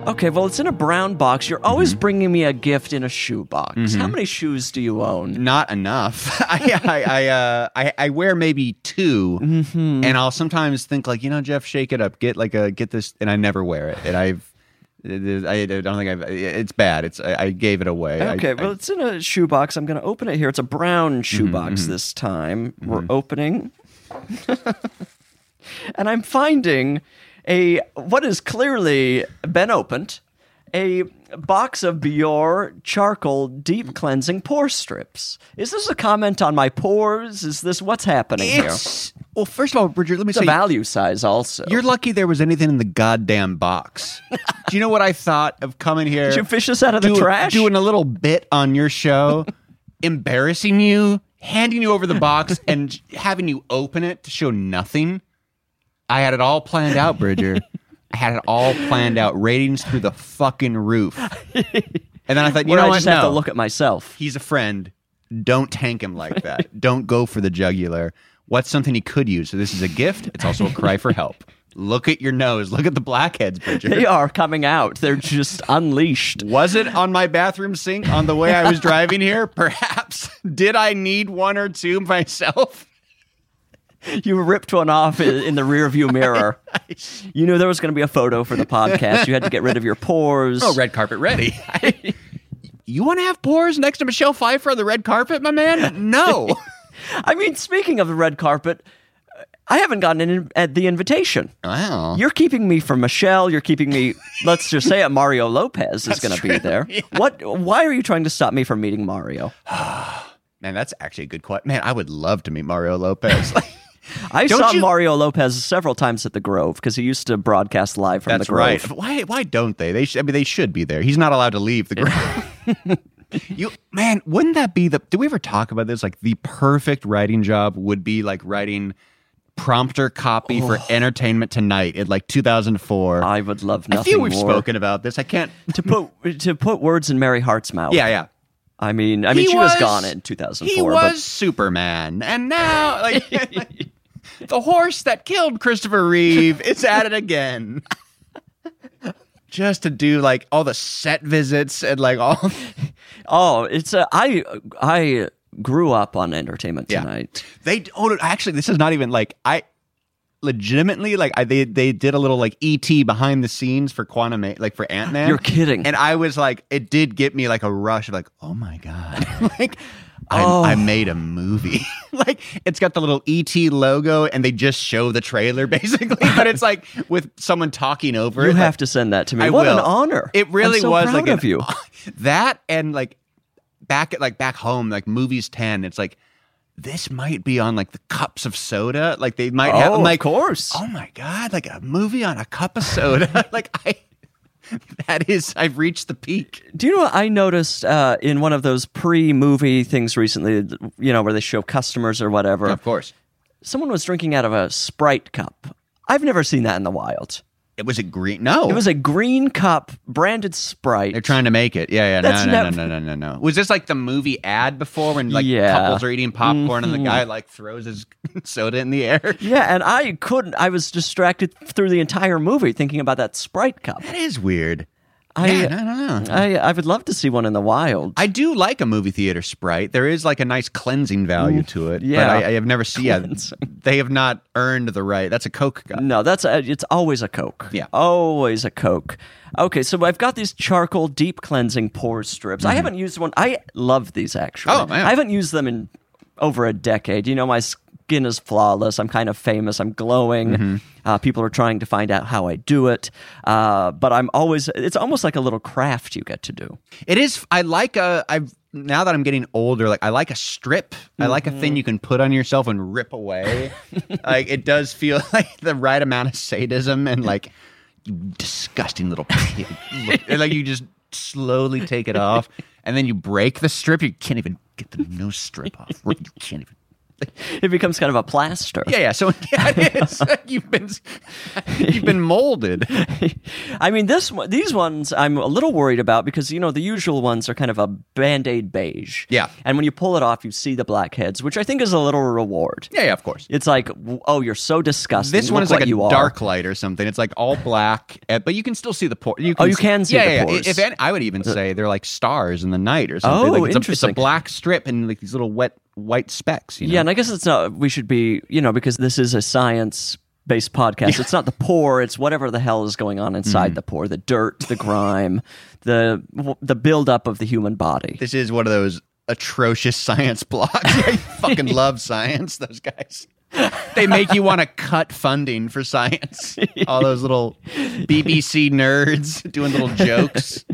S2: Okay. Well, it's in a brown box. You're always
S3: Mm-hmm.
S2: bringing me a gift in a shoe box. How many shoes do you own?
S3: Not enough. I I I, uh, I I wear maybe 2
S2: Mm-hmm.
S3: and I'll sometimes think like you know Jeff, shake it up, get like a get this, and I never wear it. And I've I don't think I've. It's bad. It's I, I gave it away. I- Mm-hmm,
S2: Okay.
S3: I,
S2: well, it's in a shoe box. I'm going to open it here. It's a brown shoe box this time.
S3: Mm-hmm.
S2: We're opening, and I'm finding a what is clearly been opened. A box of Bior charcoal deep cleansing pore strips. Is this a comment on my pores? Is this what's happening here? It's
S3: It's well. First of all, Bridget, let me
S2: a
S3: say
S2: value size also.
S3: you're lucky there was anything in the goddamn box. Do you know what I thought of coming here?
S2: Did you fish this out of the
S3: do-
S2: trash?
S3: doing a little bit on your show, embarrassing you, handing you over the box, and having you open it to show nothing. I had it all planned out, Bridger. I had it all planned out. Ratings through the fucking roof. And then I thought, you
S2: Where
S3: know
S2: I
S3: what?
S2: just have to
S3: No.
S2: look at myself.
S3: he's a friend. Don't tank him like that. Don't go for the jugular. What's something he could use? So this is a gift. It's also a cry for help. Look at your nose. Look at the blackheads,
S2: They
S3: Bridger.
S2: are coming out. They're just unleashed.
S3: Was it on my bathroom sink on the way I was driving here? Perhaps. Did I need one or two myself?
S2: You ripped one off i- in the rearview mirror. You knew there was going to be a photo for the podcast. You had to get rid of your pores.
S3: Oh, red carpet ready. you want to have pores next to Michelle Pfeiffer on the red carpet, my man? No.
S2: I mean, speaking of the red carpet, uh, I haven't gotten in at the invitation.
S3: Wow.
S2: You're keeping me from Michelle. You're keeping me. Let's just say it. Mario Lopez is going to be there. What? Why are you trying to stop me from meeting Mario?
S3: Man, that's actually a good question. Man, I would love to meet Mario Lopez.
S2: I
S3: Don't
S2: saw
S3: you-
S2: Mario Lopez several times at the Grove because he used to broadcast live from
S3: That's
S2: the Grove.
S3: right. Why? Why don't they? They. Sh- I mean, they should be there. He's not allowed to leave the ground. you man, wouldn't that be the? Do we ever talk about this? Like the perfect writing job would be like writing prompter copy for Entertainment Tonight in like 2004.
S2: Oh. I would love nothing
S3: I feel we've
S2: more.
S3: spoken about this. I can't.
S2: to put to put words in Mary Hart's mouth.
S3: Yeah, yeah.
S2: I mean, I mean,
S3: He
S2: she was, gone in
S3: He
S2: 2004.
S3: was Superman, and now like the horse that killed Christopher Reeve is at it again. Just to do like all the set visits and like all
S2: Oh, it's a, I I grew up on Entertainment
S3: Yeah.
S2: Tonight.
S3: They oh, no, actually, this is not even like I legitimately like I they they did a little like ET behind the scenes for Quantum like for Ant Man.
S2: You're kidding.
S3: And I was like, it did get me like a rush of like, oh my god, like. I,
S2: Oh.
S3: I made a movie. like it's got the little ET logo, and they just show the trailer basically, but it's like with someone talking over
S2: You
S3: it.
S2: have
S3: like,
S2: to send that to me.
S3: I
S2: what an
S3: will.
S2: honor!
S3: It really
S2: I'm so
S3: was
S2: proud
S3: like
S2: of
S3: an-
S2: you.
S3: that and like back at like back home, like movies ten. It's like this might be on like the cups of soda. Like they might have. I'm
S2: Oh,
S3: like,
S2: of course.
S3: Oh my god! Like a movie on a cup of soda. like I, that is I've reached the peak.
S2: Do you know what I noticed uh, in one of those pre-movie things recently? th- You know where they show customers or whatever.
S3: course.
S2: Someone was drinking out of a Sprite cup. I've never seen that in the wild.
S3: It was a green. No,
S2: It was a green cup, branded Sprite.
S3: They're trying to make it. Yeah, yeah.
S2: That's
S3: No, no,
S2: nev-
S3: no, no, no, no, no. Was this like the movie ad before when like
S2: Yeah. Mm-hmm.
S3: couples are eating popcorn and the guy like throws his soda in the air?
S2: yeah, and I couldn't. I was distracted through the entire movie thinking about that Sprite cup.
S3: That is weird.
S2: I,
S3: yeah, no, no, no.
S2: I, I would love to see one in the wild.
S3: I do like a movie theater sprite. There is like a nice cleansing value to it.
S2: yeah.
S3: but I, I have never seen. Yeah, they have not earned the right. That's a Coke guy.
S2: No, that's a, it's always a Coke.
S3: Yeah.
S2: always a Coke. Okay, so I've got these charcoal deep cleansing pore strips. I haven't used one. I love these actually.
S3: Mm-hmm. Oh, man.
S2: I haven't used them in over a decade. You know, my skin is flawless. I'm kind of famous. I'm glowing.
S3: Mm-hmm.
S2: Uh, people are trying to find out how I do it, uh, but I'm always. It's almost like a little craft you get to do.
S3: It is. I like a. I've now that I'm getting older. Like I like a strip. I like a
S2: Mm-hmm.
S3: thing you can put on yourself and rip away. like it does feel like the right amount of sadism and like you disgusting little pig. Look- like you just slowly take it off and then you break the strip. You can't even get the nose strip off. You can't even.
S2: It becomes kind of a plaster.
S3: Yeah, yeah. So yeah, it is. you've been you've been molded.
S2: I mean, this one, these ones I'm a little worried about because you know the usual ones are kind of a band-aid beige.
S3: Yeah.
S2: and when you pull it off, you see the blackheads, which I think is a little reward.
S3: Yeah, yeah. Of course.
S2: It's like, w- oh, you're so disgusting.
S3: This
S2: Look
S3: one is like
S2: what
S3: a
S2: you are.
S3: dark light or something. It's like all black, eh, but you can still see the pores. You
S2: Oh, you can see
S3: yeah,
S2: the
S3: yeah, yeah.
S2: pores. Uh,
S3: If any, I would even say they're like stars in the night or something.
S2: Oh,
S3: like it's A,
S2: interesting.
S3: it's a black strip and like these little wet white specks. You know?
S2: Yeah, and I guess it's not. We should be, you know, because this is a science-based podcast. It's not the pore. It's whatever the hell is going on
S3: Mm-hmm.
S2: inside the pore, the dirt, the grime, the w- the buildup of the human body.
S3: this is one of those atrocious science blogs. I fucking love science. Those guys. they make you want to cut funding for science. All those little BBC nerds doing little jokes.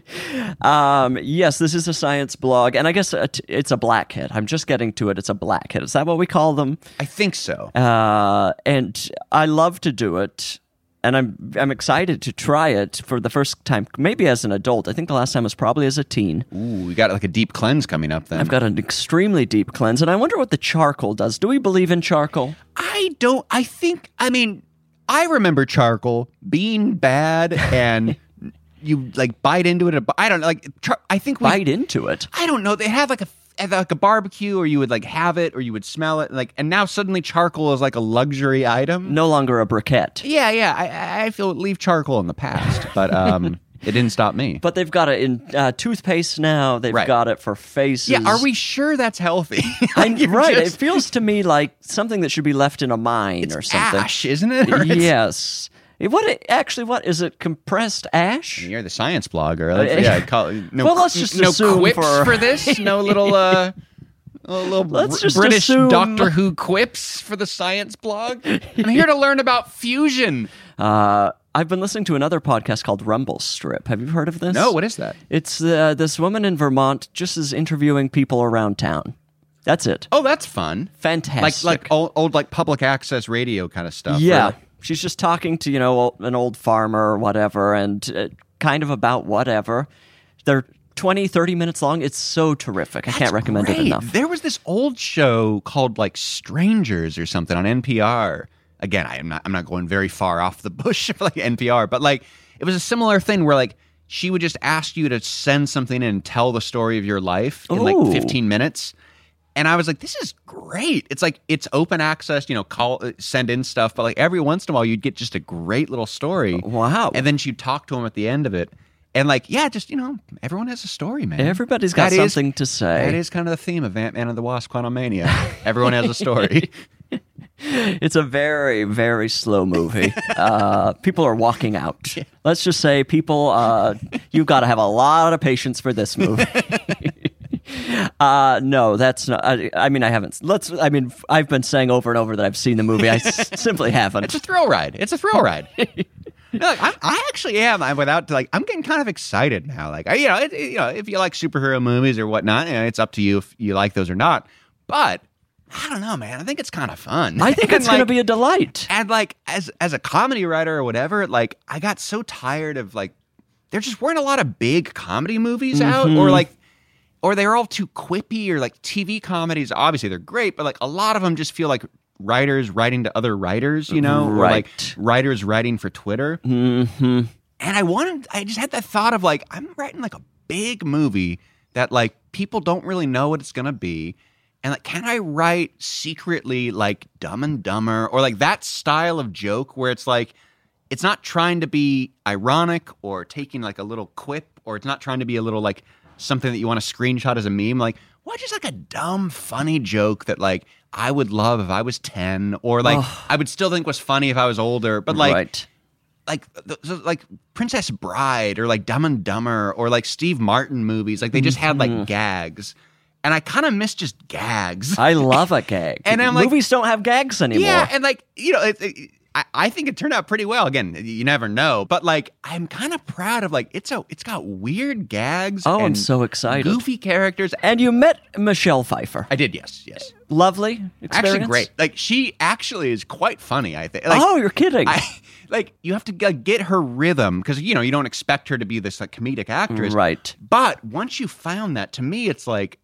S2: Um, yes, this is a science blog, and I guess a t- it's a blackhead. I'm just getting to it. It's a blackhead. Is that what we call them?
S3: I think so.
S2: Uh, and I love to do it, and I'm I'm excited to try it for the first time. Maybe as an adult. I think the last time was probably as a teen.
S3: Ooh, we got like a deep cleanse coming up then.
S2: I've got an extremely deep cleanse, and I wonder what the charcoal does. Do we believe in charcoal?
S3: I don't. I think. I mean, I remember charcoal being bad, and you like bite into it. I don't know. Like, char- I think we.
S2: Bite into it.
S3: I don't know. They had like a at like a barbecue, or you would like have it, or you would smell it. Like, and now suddenly charcoal is like a luxury item.
S2: No longer a briquette.
S3: Yeah, yeah. I I feel leave charcoal in the past, but um, it didn't stop me.
S2: But they've got it in uh, toothpaste now. They've
S3: Right.
S2: got it for faces.
S3: yeah, are we sure that's healthy?
S2: I,
S3: Like, you're
S2: right.
S3: just-
S2: It feels to me like something that should be left in a mine or something.
S3: ash, isn't it? Or it's-
S2: Yes. Eh, What it- actually? What is it? Compressed ash?
S3: You're the science blogger.
S2: Uh,
S3: Let's, yeah, call, no,
S2: Well, let's just
S3: no
S2: assume
S3: quips
S2: for-
S3: for, this. No little uh, a little
S2: Let's
S3: Br-
S2: just
S3: British
S2: assume-
S3: Doctor Who quips for the science blog. I'm here to learn about fusion.
S2: Uh, I've been listening to another podcast called Rumble Strip. Have you heard of this?
S3: No, what is that?
S2: It's uh, this woman in Vermont just is interviewing people around town. That's it.
S3: Oh, that's fun. Like
S2: Fantastic.
S3: like old, old like public access radio kind of stuff.
S2: yeah,
S3: Really.
S2: she's just talking to you know an old farmer or whatever, and uh, kind of about whatever. They're 20, 30 minutes long. It's so terrific. I can't recommend it
S3: Great.
S2: enough.
S3: There was this old show called like Strangers or something on NPR. Again, I am not I'm not going very far off the bush of like NPR, but like it was a similar thing where like she would just ask you to send something in and tell the story of your life in
S2: Ooh.
S3: like 15 minutes. And I was like, this is great. It's like it's open access, you know, call uh, send in stuff, but like every once in a while you'd get just a great little story.
S2: Wow.
S3: And then she'd talk to him at the end of it. And like, yeah, just you know, everyone has a story, man.
S2: Everybody's got
S3: That is-
S2: something to say.
S3: That is kind of the theme of Ant Man and the Wasp: Quantumania. Everyone has a story.
S2: It's a very, very slow movie. uh, people are walking out. Let's just say, people, uh, you've got to have a lot of patience for this movie. Uh, no, that's not. I, I mean, I haven't. Let's. I mean, I've been saying over and over that I've seen the movie. I s- simply haven't.
S3: It's a thrill ride. It's a thrill ride. No, like, I, I actually am. I'm without like I'm getting kind of excited now. Like I, you know, it, it- you know, if you like superhero movies or whatnot, you know, it's up to you if you like those or not. But I don't know, man. I think it's kind of fun.
S2: I think
S3: And,
S2: it's going to
S3: like-
S2: be a delight.
S3: and like as as a comedy writer or whatever, like I got so tired of like there just weren't a lot of big comedy movies out or like or they're all too quippy or like TV comedies obviously they're great but like a lot of them just feel like writers writing to other writers, you know, or like
S2: Right.
S3: writers writing for Twitter. Mm-hmm. And I wanted I just had that thought of like I'm writing like a big movie that like people don't really know what it's going to be. And like, can I write secretly like Dumb and Dumber or like that style of joke where it's like, it's not trying to be ironic or taking like a little quip or it's not trying to be a little like something that you want to screenshot as a meme. Like, what just like a dumb, funny joke that like I would love if I was 10 or like I would still think was funny if I was older, but like,
S2: right.
S3: like th- so, like Princess Bride or like Dumb and Dumber or like Steve Martin movies. Like they just had
S2: Mm-hmm.
S3: like gags, and I kind of miss just gags.
S2: I love a gag.
S3: And I'm like-
S2: movies don't have gags anymore.
S3: yeah, and like you know, it, it, I I think it turned out pretty well. Again, you never know, but like I'm kind of proud of like it's a it's got weird gags.
S2: oh, I'm
S3: and
S2: so excited.
S3: Goofy characters.
S2: And you met Michelle Pfeiffer.
S3: I did yes yes.
S2: Lovely experience.
S3: Actually, great. Like she actually is quite funny. I think. Like,
S2: oh, you're kidding.
S3: I, like you have to g- get her rhythm because you know you don't expect her to be this like comedic actress,
S2: Right.
S3: But once you found that, to me, it's like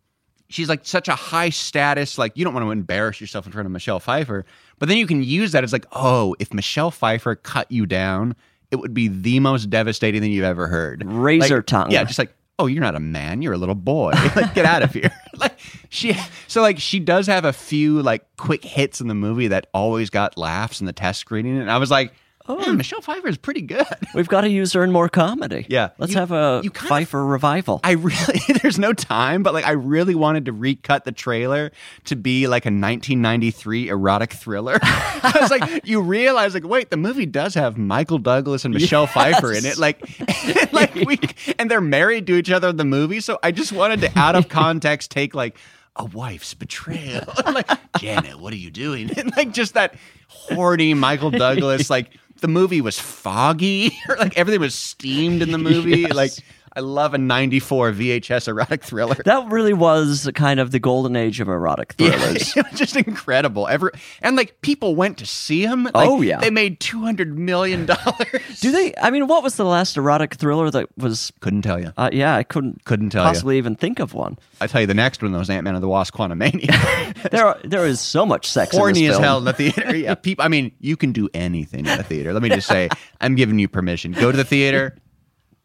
S3: she's like such a high status. Like you don't want to embarrass yourself in front of Michelle Pfeiffer, but then you can use that as like, oh, if Michelle Pfeiffer cut you down, it would be the most devastating thing you've ever heard.
S2: Razor
S3: Like,
S2: tongue.
S3: Yeah, just like. Oh, you're not a man. You're a little boy. Like, get out of here. like she, so like she does have a few like quick hits in the movie that always got laughs in the test screening, and I was like, "Oh, Michelle Pfeiffer is pretty good."
S2: We've got to use her in more comedy.
S3: Yeah.
S2: Let's
S3: You-
S2: have a
S3: you kind of-
S2: Pfeiffer revival.
S3: I really there's no time, but like I really wanted to recut the trailer to be like a 1993 erotic thriller. I was like, you realize like, wait, the movie does have Michael Douglas and Michelle Pfeiffer in it, like, and, like we and they're married to each other in the movie. So I just wanted to out of context take like a wife's betrayal. like, Janet, what are you doing? And like just that horny Michael Douglas, like. The movie was foggy, or like everything was steamed in the movie.
S2: Yes.
S3: Like I love a 94 VHS erotic thriller.
S2: that really was kind of the golden age of erotic thrillers.
S3: it was just incredible. Ever and like people went to see him. Like,
S2: Oh, yeah.
S3: they made 200 million dollars.
S2: Do they? I mean, what was the last erotic thriller that was?
S3: Couldn't tell you.
S2: Uh, yeah, I couldn't
S3: Couldn't tell ya.
S2: possibly even think of one.
S3: I tell you, the next one was Ant Man and the Wasp: Quantumania.
S2: There, are, there is so much sex.
S3: Horny
S2: in this
S3: as
S2: film.
S3: hell in the theater. Yeah, people. I mean, you can do anything in the theater. Let me just say, I'm giving you permission. Go to the theater.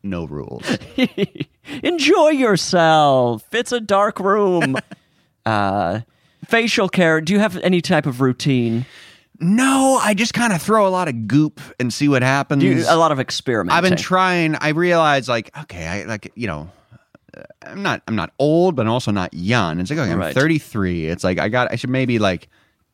S3: No rules.
S2: Enjoy yourself. It's a dark room. uh, facial care. Do you have any type of routine?
S3: No, I just kind of throw a lot of goop and see what happens.
S2: Do you, a lot of experimenting.
S3: I've been trying. I realize, like, okay, I like, you know, uh, I'm not, I'm not old, but I'm also not young. It's like, okay, I'm
S2: Right.
S3: 33. It's like I got, I should maybe like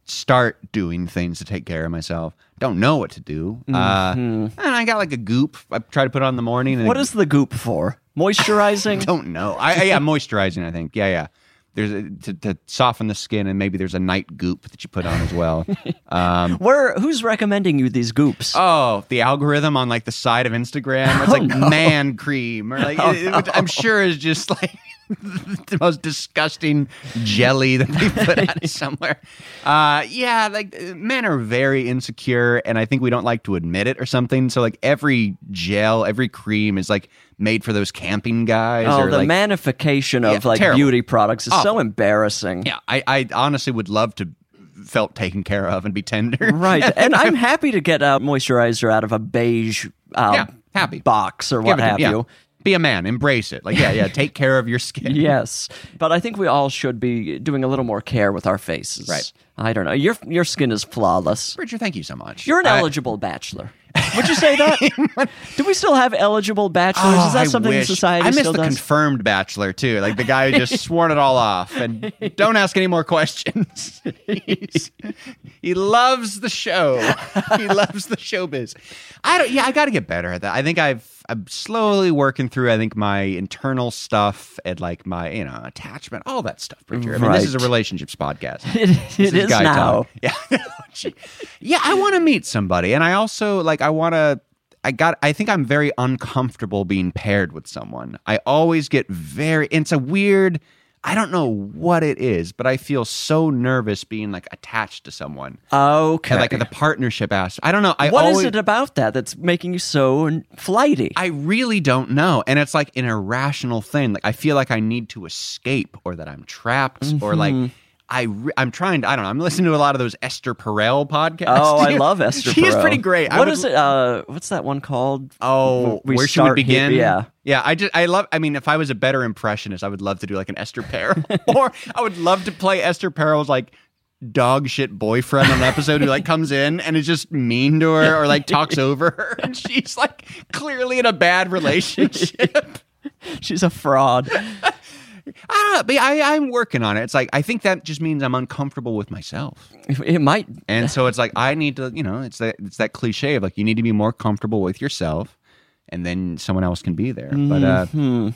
S3: start doing things to take care of myself. Don't know what to do. Uh, and I got like a goop. I try to put it on in the morning. And
S2: Mm-hmm. What is the goop for? Moisturizing.
S3: Don't know. I, I yeah, moisturizing. I think. Yeah, yeah. There's a, to, to soften the skin, and maybe there's a night goop that you put on as well. um,
S2: Where? Who's recommending you these goops?
S3: Oh, the algorithm on like the side of Instagram. It's
S2: Oh,
S3: like man cream, or like it- it- which I'm sure is just like the most disgusting jelly that they put out of somewhere. Uh, yeah, like uh, men are very insecure, and I think we don't like to admit it or something. So like every gel, every cream is like made for those camping guys.
S2: Oh,
S3: or,
S2: the
S3: like,
S2: manification of
S3: Yeah,
S2: like
S3: terrible.
S2: beauty products is so
S3: Awful.
S2: embarrassing.
S3: Yeah, I, I honestly would love to felt taken care of and be tender.
S2: Right. and I'm happy to get a moisturizer out of a beige uh,
S3: Yeah, happy.
S2: box or what
S3: Give it to-
S2: have
S3: yeah.
S2: you.
S3: be a man, embrace it. Like, yeah, yeah, take care of your skin.
S2: yes, but I think we all should be doing a little more care with our faces.
S3: Right.
S2: I don't know. Your your skin is flawless.
S3: Bridger, thank you so much.
S2: You're an
S3: Uh,
S2: eligible bachelor. Would you say that? Do we still have eligible bachelors?
S3: oh,
S2: is that
S3: I
S2: something
S3: wish.
S2: society
S3: I miss
S2: still
S3: the
S2: does?
S3: confirmed bachelor too, like the guy who just sworn it all off and don't ask any more questions. He's- he loves the show. he loves the showbiz. I don't. Yeah, I got to get better at that. I think I've. I'm slowly working through. I think my internal stuff and like my you know attachment, all that stuff. Bridger. I mean, this is a
S2: Right.
S3: relationships podcast.
S2: It- it
S3: This
S2: is
S3: guy
S2: now.
S3: talk. Yeah. Gee. yeah, I want to meet somebody and I also like I want to I got I think I'm very uncomfortable being paired with someone. I always get very it's a weird I don't know what it is, but I feel so nervous being like attached to someone.
S2: Okay.
S3: And, like the partnership aspect. I don't know. I
S2: What is
S3: always,
S2: it about that that's making you so n- flighty?
S3: I really don't know. And it's like an irrational thing. Like I feel like I need to escape or that I'm trapped or like
S2: Mm-hmm.
S3: I re- I'm trying to I don't know. I'm listening to a lot of those Esther Perel podcasts.
S2: oh, I love Esther.
S3: She's
S2: Perel.
S3: pretty great. I
S2: What
S3: would-
S2: is it? Uh, what's that one called?
S3: Oh,
S2: We
S3: where
S2: Start
S3: she would begin?
S2: Here- yeah.
S3: yeah. I just, I love. I mean, if I was a better impressionist, I would love to do like an Esther Perel, or I would love to play Esther Perel's like dog shit boyfriend on an episode who like comes in and is just mean to her or like talks over her, and she's like clearly in a bad relationship.
S2: She's a fraud.
S3: I don't know, but I, I'm working on it. It's like I think that just means I'm uncomfortable with myself,
S2: it might.
S3: and so it's like I need to, you know, it's that it's that cliche of like you need to be more comfortable with yourself. And then someone else can be there, but uh,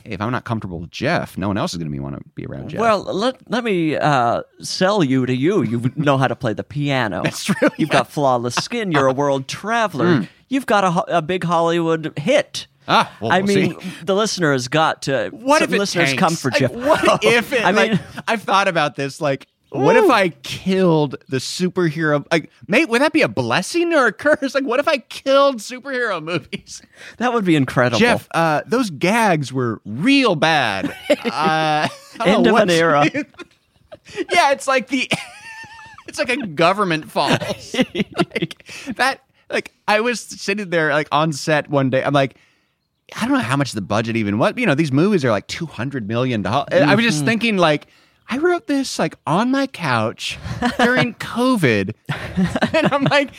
S3: if I'm not comfortable with Jeff, no one else is going to be want to be around Jeff.
S2: Well, let let me uh, sell you to you. You know how to play the piano. That's true. You've got flawless skin. You're a world traveler. You've got a, ho- a big Hollywood hit.
S3: Hmm. Ah, well,
S2: I
S3: we'll
S2: mean,
S3: see.
S2: the listener has got to.
S3: what
S2: some
S3: if it
S2: listeners
S3: tanks?
S2: come for
S3: Like,
S2: Jeff? Oh,
S3: What if it?
S2: I
S3: I mean,
S2: mean,
S3: I've thought about this. Like, what if I killed the superhero? Like, mate, would that be a blessing or a curse? Like, what if I killed superhero movies?
S2: that would be incredible.
S3: Jeff, uh, those gags were real bad. Uh, I don't
S2: End
S3: know
S2: of
S3: what-
S2: an era.
S3: yeah, it's like the, it's like a government falls. like, that, like I was sitting there like on set one day. I'm like, I don't know how much the budget even was. You know, these movies are like two hundred million dollars. I was
S2: Mm-hmm.
S3: just thinking like. I wrote this like on my couch during COVID, and I'm like,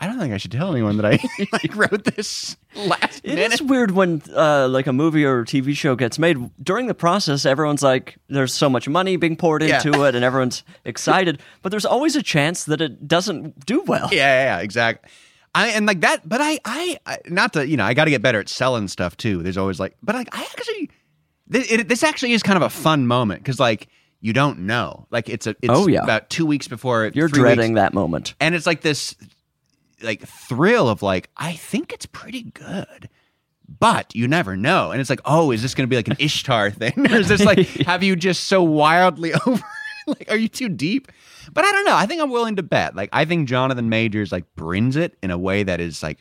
S3: I don't think I should tell anyone that I like wrote this last
S2: It
S3: minute.
S2: is weird when uh, like a movie or a TV show gets made. During the process, everyone's like, "There's so much money being poured
S3: Yeah.
S2: into it," and everyone's excited. But there's always a chance that it doesn't do well.
S3: Yeah, yeah, yeah exactly. I and like that, but I, I, I not to you know, I got to get better at selling stuff too. There's always like, but like I actually, this, it, this actually is kind of a fun moment because like you don't know, like it's a, it's
S2: Oh, yeah.
S3: about two weeks before it,
S2: You're
S3: three
S2: dreading
S3: weeks,
S2: that moment.
S3: and it's like this, like thrill of like I think it's pretty good. But you never know. And it's like, oh, is this going to be like an Ishtar thing? or is this like, have you just so wildly over? like, are you too deep? But I don't know. I think I'm willing to bet. Like, I think Jonathan Majors like brings it in a way that is like,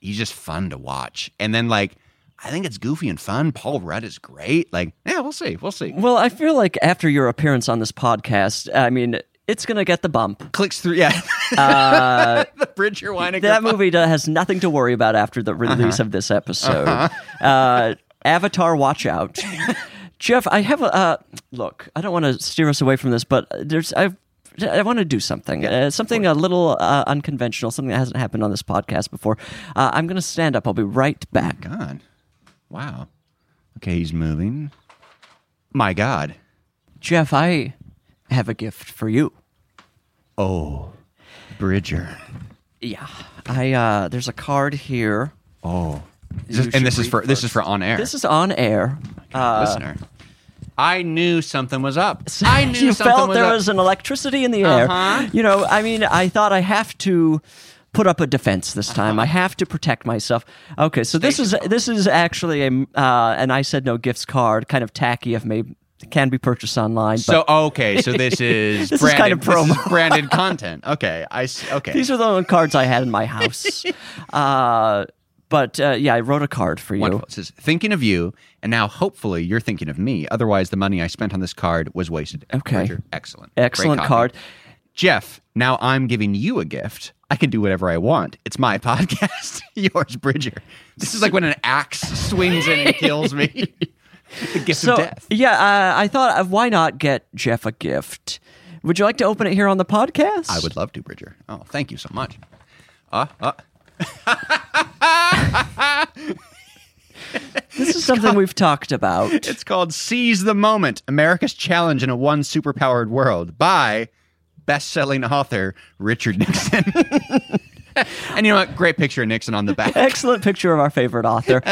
S3: he's just fun to watch. And then like, I think it's goofy and fun. Paul Rudd is great. Like, yeah, we'll see. We'll see.
S2: Well, I feel like after your appearance on this podcast, I mean, it's gonna get the bump.
S3: Clicks through. Yeah. the Bridger Weinecker.
S2: That movie do- has nothing to worry about after the release of this episode. Uh, Avatar, watch out, Jeff. I have a uh, look. I don't want to steer us away from this, but there's I. I want to do something, uh, something a little uh, unconventional, something that hasn't happened on this podcast before. Uh, I'm going to stand up. I'll be right back.
S3: God. Wow. Okay, he's moving. My God.
S2: Jeff, I have a gift for you.
S3: Oh, Bridger.
S2: Yeah, I uh, there's a card here.
S3: Oh.
S2: You should
S3: and this is
S2: read
S3: for this is
S2: first.
S3: for on air.
S2: This uh, is on air.
S3: listener. I knew something was up. I knew
S2: you
S3: something
S2: felt
S3: was
S2: there
S3: up.
S2: was an electricity in the air.
S3: Uh-huh.
S2: You know, I mean, I thought I have to put up a defense this
S3: Uh-huh.
S2: time. I have to protect myself. Okay, so this is this is actually a uh, an I said no gifts card, kind of tacky of me. Can be purchased online.
S3: so okay, so this is
S2: This is kind
S3: branded,
S2: of
S3: this
S2: promo.
S3: is branded content. Okay, I s- okay.
S2: These are the only cards I had in my house. uh, but uh, yeah, I wrote a card for you.
S3: Wonderful. It says thinking of you, and now hopefully you're thinking of me. Otherwise, the money I spent on this card was wasted.
S2: Okay.
S3: Bridger, excellent, Great
S2: Excellent
S3: copy.
S2: card.
S3: Jeff, now I'm giving you a gift. I can do whatever I want. It's my podcast. Yours, Bridger. This is like when an axe swings in and kills me. the gift
S2: So
S3: of death.
S2: yeah, uh, I thought, uh, why not get Jeff a gift? Would you like to open it here on the podcast?
S3: I would love to, Bridger. Oh, thank you so much.
S2: This is something we've talked about.
S3: It's called Seize the Moment America's Challenge in a One Superpowered World by best selling author Richard Nixon. and you know what? Great picture of Nixon on the back.
S2: Excellent picture of our favorite author.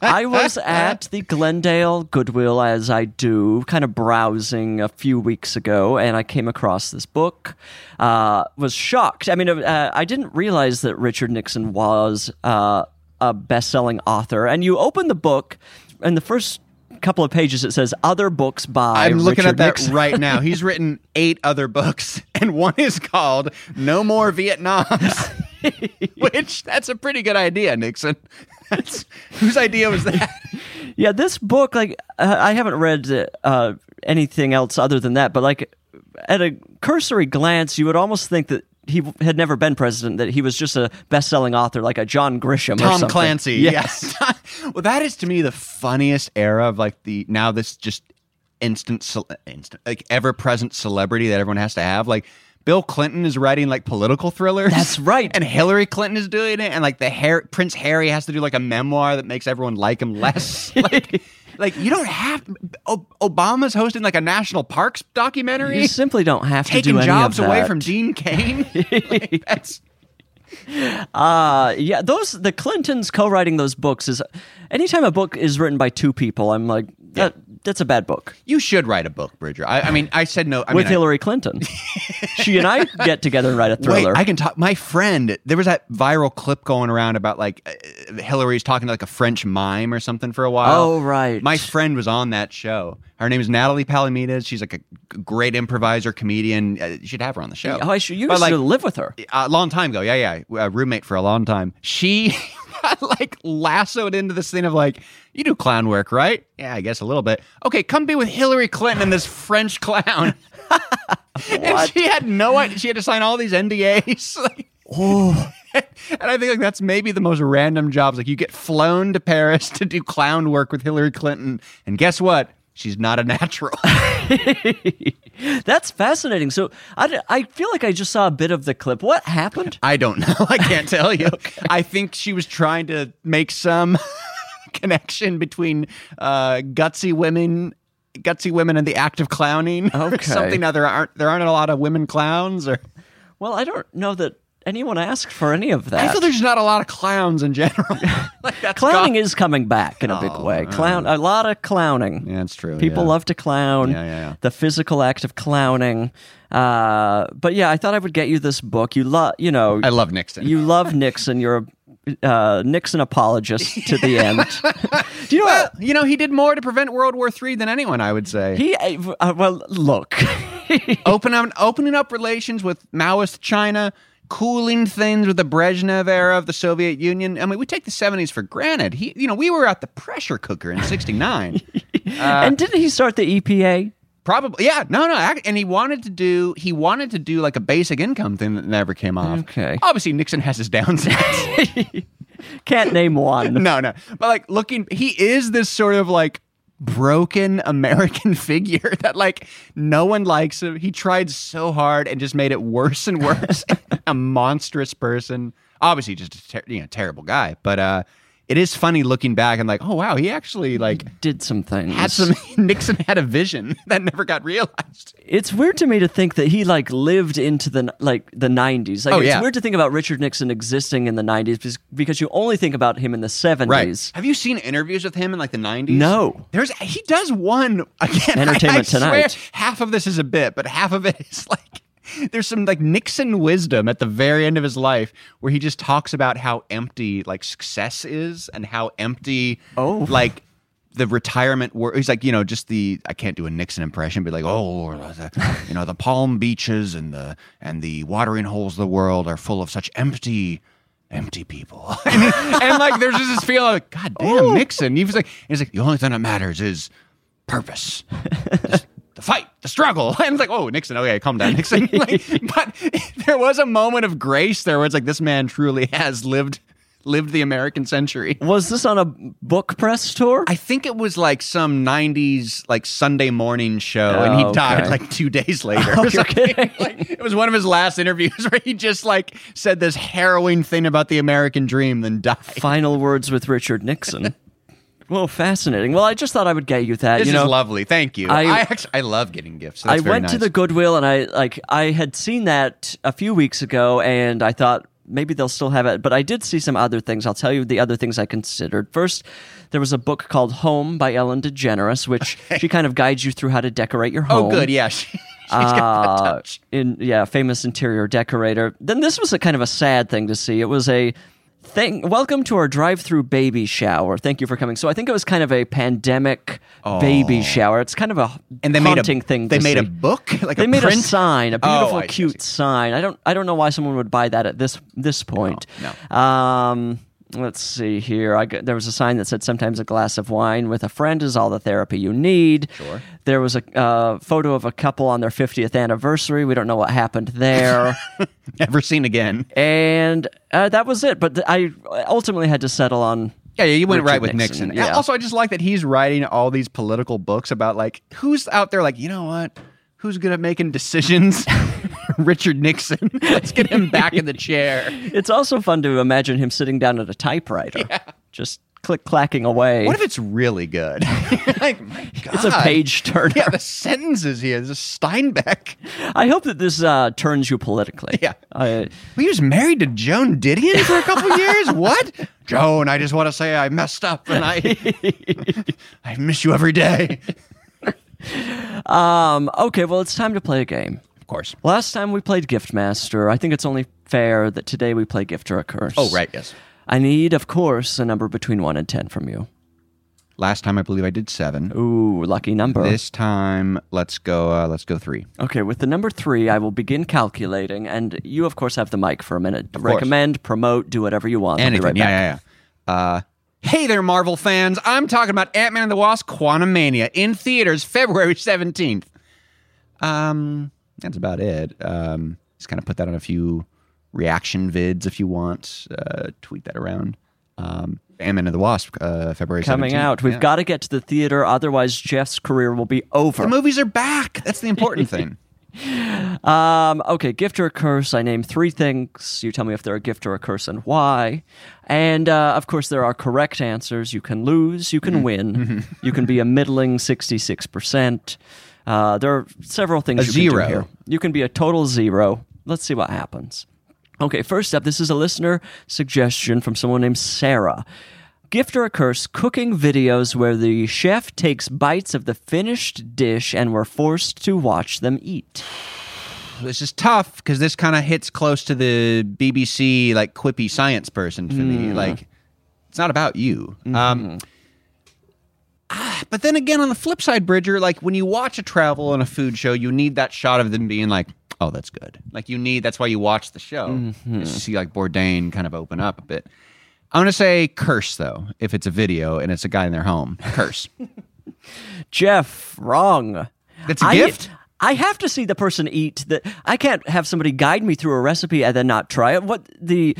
S2: I was at the Glendale Goodwill, as I do, kind of browsing a few weeks ago, and I came across this book. Uh, was shocked. I mean, uh, I didn't realize that Richard Nixon was uh, a best-selling author. And you open the book, and the first couple of pages it says other books by
S3: I'm looking
S2: Richard
S3: at that
S2: Nixon.
S3: right now. He's written eight other books, and one is called No More Vietnams, which that's a pretty good idea, Nixon. That's, whose idea was that?
S2: Yeah, this book, like, uh, I haven't read uh, anything else other than that, but like, at a cursory glance, you would almost think that he w- had never been president, that he was just a best-selling author, like a John Grisham, or
S3: Tom
S2: something.
S3: Clancy.
S2: Yeah.
S3: Yes. well, that is to me the funniest era of like the now this just instant, cel- instant like ever present celebrity that everyone has to have. Like Bill Clinton is writing like political thrillers.
S2: That's right.
S3: And Hillary Clinton is doing it. And like the Har- Prince Harry has to do like a memoir that makes everyone like him less. like, like you don't have. O- Obama's hosting like a national parks documentary.
S2: You simply don't have to
S3: taking
S2: do any
S3: jobs
S2: of
S3: away
S2: that.
S3: from Gene Kane. Like, that's.
S2: Uh, yeah, those the Clintons co-writing those books is. Anytime a book is written by two people, I'm like, that, that's a bad book.
S3: You should write a book, Bridger. I, I mean, I said no. I
S2: With
S3: mean, I-
S2: Hillary Clinton, she and I get together and write a thriller.
S3: Wait, I can talk. My friend, there was that viral clip going around about like uh, Hillary's talking to like a French mime or something for a while.
S2: Oh, right.
S3: My friend was on that show. Her name is Natalie Palomides. She's like a g- great improviser, comedian. Uh, you should have her on the show.
S2: oh, I should. You
S3: But,
S2: used
S3: like,
S2: to live with her.
S3: a long time ago. Yeah, yeah. A roommate for a long time. She got like lassoed into this thing of like, you do clown work, right? Yeah, I guess a little bit. Okay, come be with Hillary Clinton and this French clown. and she had no idea. She had to sign all these NDAs. like, and I think like that's maybe the most random jobs. Like you get flown to Paris to do clown work with Hillary Clinton, and guess what? She's not a natural.
S2: That's fascinating. So I, d- I feel like I just saw a bit of the clip. What happened?
S3: I don't know. I can't tell you. I think she was trying to make some connection between uh, gutsy women, gutsy women, and the act of clowning. or
S2: Okay.
S3: something. Now there aren't there aren't a lot of women clowns, or
S2: Well, I don't know that anyone asked for any of
S3: I
S2: that.
S3: feel there's not a lot of clowns in general. like that's
S2: clowning
S3: gone.
S2: is coming back in a big way. Clown, a lot of clowning.
S3: Oh, Yeah, it's true.
S2: People
S3: yeah.
S2: love to clown.
S3: Yeah, yeah, yeah.
S2: The physical act of clowning. Uh, but yeah, I thought I would get you this book. You love, you know,
S3: I love Nixon.
S2: you love Nixon. You're a uh, Nixon apologist to the end. Do you know
S3: well,
S2: what?
S3: you know he did more to prevent World War III than anyone. I would say.
S2: He uh, well, look.
S3: Uh, open up, opening up relations with Maoist China, cooling things with the Brezhnev era of the Soviet Union. I mean, we take the '70s for granted. He, you know, we were at the pressure cooker in '69.
S2: and didn't he start the E EPA?
S3: Probably, yeah, no, no. ac- And he wanted to do, he wanted to do like a basic income thing that never came off.
S2: Okay.
S3: Obviously, Nixon has his downsides.
S2: Can't name one.
S3: no, no. But like looking, he is this sort of like broken American figure that like no one likes him. He tried so hard and just made it worse and worse. a monstrous person, obviously just a ter- you know terrible guy. But uh, it is funny looking back and like, oh wow, he actually like
S2: Did some things.
S3: had some. Nixon had a vision that never got realized.
S2: it's weird to me to think that he like lived into the like the 90s like
S3: Oh,
S2: it's
S3: yeah.
S2: weird to think about richard nixon existing in the 90s because- because you only think about him in the 70s
S3: Have you seen interviews with him in like the 90s?
S2: No.
S3: There's he does one again.
S2: Entertainment
S3: I, I swear,
S2: Tonight.
S3: half of this is a bit, but half of it is like there's some like Nixon wisdom at the very end of his life where he just talks about how empty like success is and how empty
S2: Oh.
S3: like the retirement work. He's like, you know, just the I can't do a Nixon impression, but like, oh, the, you know, the palm beaches and the and the watering holes of the world are full of such empty, empty people. and, and, like, there's just this feeling like, God damn,
S2: Oh.
S3: Nixon. He was like, he's like, the only thing that matters is purpose, Just the fight, the struggle. And it's like, oh, Nixon, okay, calm down, Nixon. Like, but there was a moment of grace there where it's like, this man truly has lived lived the American century.
S2: Was this on a book press tour?
S3: I think it was like some '90s like Sunday morning show, and he
S2: Oh,
S3: died
S2: okay.
S3: like two days later. or
S2: you're
S3: something.
S2: kidding.
S3: Like, it was one of his last interviews where he just like said this harrowing thing about the American dream, then died.
S2: Final words with Richard Nixon. well, fascinating. Well, I just thought I would get you that.
S3: This
S2: you know,
S3: is lovely. Thank you.
S2: I-
S3: I I, actually, I love getting gifts. That's
S2: I
S3: very
S2: went to
S3: nice.
S2: the Goodwill and I like I had seen that a few weeks ago and I thought maybe they'll still have it, but I did see some other things. I'll tell you the other things I considered. First, there was a book called Home by Ellen DeGeneres, which she kind of guides you through how to decorate your home.
S3: Oh, good. Yeah, she, she's got the
S2: Uh,
S3: touch.
S2: in yeah, famous interior decorator. Then this was a kind of a sad thing to see. It was a thing. Welcome to our drive-through baby shower. Thank you for coming. So I think it was kind of a pandemic baby shower. It's kind of a
S3: And they made a
S2: haunting thing.
S3: They
S2: to
S3: made a
S2: see.
S3: book. Like
S2: They
S3: a
S2: made a
S3: print?
S2: sign, a
S3: Oh,
S2: beautiful,
S3: I see, I
S2: cute sign. I don't, I don't know why someone would buy that at this this point.
S3: No,
S2: Um, let's see here. I got, there was a sign that said, "Sometimes a glass of wine with a friend is all the therapy you need." Sure. There was a uh, photo of a couple on their fiftieth anniversary. We don't know what happened there,
S3: Never seen again.
S2: and uh, that was it. But th- I ultimately had to settle on.
S3: Yeah, yeah, you went
S2: Richard
S3: right with Nixon.
S2: Nixon, yeah.
S3: Also, I just like that he's writing all these political books about like who's out there. Like, you know what? Who's good at making decisions? Richard Nixon. Let's get him back in the chair.
S2: It's also fun to imagine him sitting down at a typewriter, just click clacking away.
S3: What if it's really good? like, my God.
S2: it's a page turner?
S3: Yeah, the sentences here. There's a Steinbeck.
S2: I hope that this uh, turns you politically.
S3: Yeah.
S2: I-
S3: He was married to Joan Didion for a couple years. What? Joan, I just want to say I messed up and I I miss you every day.
S2: um, okay, well, it's time to play a game.
S3: Of course.
S2: Last time we played Gift Master. I think it's only fair that today we play Gift or a Curse.
S3: Oh, right, yes.
S2: I need, of course, a number between 1 and 10 from you.
S3: Last time I believe I did 7.
S2: Ooh, lucky number.
S3: This time, let's go. Uh, let's go three.
S2: Okay, with the number 3, I will begin calculating, and you, of course, have the mic for a minute.
S3: course.
S2: Recommend, promote, do whatever you want. I'll be
S3: Anything?
S2: right
S3: yeah,
S2: back.
S3: yeah, yeah. Uh, hey there, Marvel fans! I'm talking about Ant Man and the Wasp: Quantumania in theaters February 17th. Um, that's about it. Um, just kind of put that on a few reaction vids if you want. Uh, tweet that around. Um, Ant Man and the Wasp, uh, February
S2: Coming
S3: 17th.
S2: out. We've
S3: Yeah.
S2: got to get to the theater, otherwise, Jeff's career will be over.
S3: the movies are back. That's the important thing.
S2: Um, okay, gift or a curse. I name three things. You tell me if they're a gift or a curse and why. And uh, of course, there are correct answers. You can lose, you
S3: Mm-hmm.
S2: can win, you can be a middling 66%. Uh, there are several things
S3: A
S2: you
S3: zero.
S2: can do here. You can be a total zero. Let's see what happens. Okay, first up, this is a listener suggestion from someone named Sarah. Gift or a curse, cooking videos where the chef takes bites of the finished dish and we're forced to watch them eat.
S3: This is tough because this kind of hits close to the BBC like quippy science person for me.
S2: Mm.
S3: Like, it's not about you.
S2: Mm-hmm.
S3: Um, ah, but then again, on the flip side, Bridger, like when you watch a travel and a food show, you need that shot of them being like, "Oh, that's good." Like you need that's why you watch the show
S2: Mm-hmm.
S3: is to see like Bourdain kind of open up a bit. I'm gonna say curse though if it's a video and it's a guy in their home. Curse.
S2: Jeff, wrong.
S3: That's a
S2: I-
S3: gift?
S2: I have to see the person eat. That I can't have somebody guide me through a recipe and then not try it. What the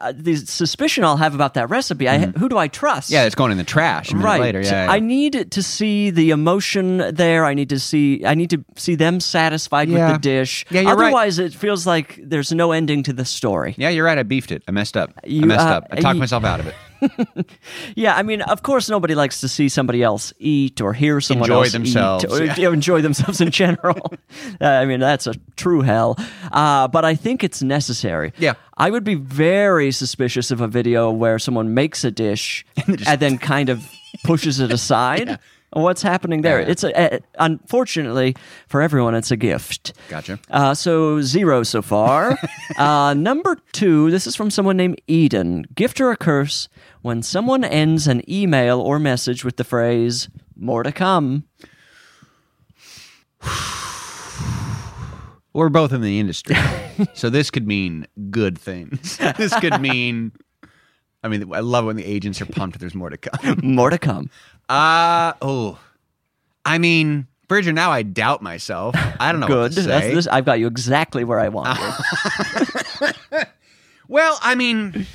S2: uh, the suspicion I'll have about that recipe? I who do I trust?
S3: Mm-hmm. yeah, it's going in the trash. A minute
S2: right.
S3: later. Yeah, yeah.
S2: I need to see the emotion there. I need to see. I need to see them satisfied
S3: Yeah.
S2: with the dish.
S3: Yeah, you're right.
S2: Otherwise, it feels like there's no ending to the story.
S3: Yeah, you're right. I beefed it. I messed up. I
S2: You,
S3: messed
S2: uh,
S3: up. I talked
S2: you-
S3: myself out of it.
S2: Yeah, I mean, of course, nobody likes to see somebody else eat or hear someone
S3: Enjoy
S2: else
S3: themselves,
S2: eat or
S3: yeah.
S2: yeah, enjoy themselves in general. Uh, I mean, that's a true hell. Uh, but I think it's necessary.
S3: Yeah.
S2: I would be very suspicious of a video where someone makes a dish and, then kind of pushes it aside. What's happening there? It's a, uh, unfortunately for everyone, it's a gift.
S3: Gotcha.
S2: Uh, so zero so far. uh, number two, this is from someone named Eden. Gift or a curse when someone ends an email or message with the phrase "more to come."
S3: We're both in the industry. so this could mean good things. This could mean I mean I love when the
S2: Uh,
S3: agents are pumped that there's more to come.
S2: More to come.
S3: Uh oh. I mean Bridger, now I doubt myself. I don't know what
S2: Good.
S3: to say.
S2: That's this. I've got you exactly where I want you.
S3: Well, I mean,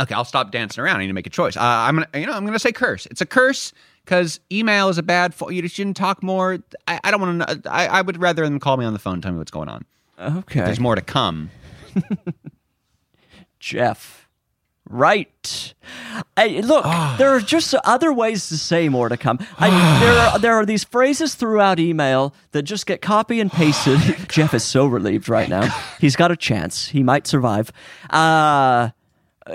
S3: okay, I'll stop dancing around. I need to make a choice. Uh, I'm gonna, you know, I'm gonna say curse. It's a curse because email is a bad. Fo- you shouldn't talk more. I, I don't want to. I, I would rather them call me on the phone, tell me what's going on.
S2: Okay.
S3: There's more to come.
S2: Jeff. Right. I, look,
S3: Ah.
S2: there are just other ways to say more to come. I, there, are, there are these phrases throughout email that just get copy and pasted.
S3: Oh,
S2: Jeff is so relieved right now. He's got a chance. He might survive. Uh,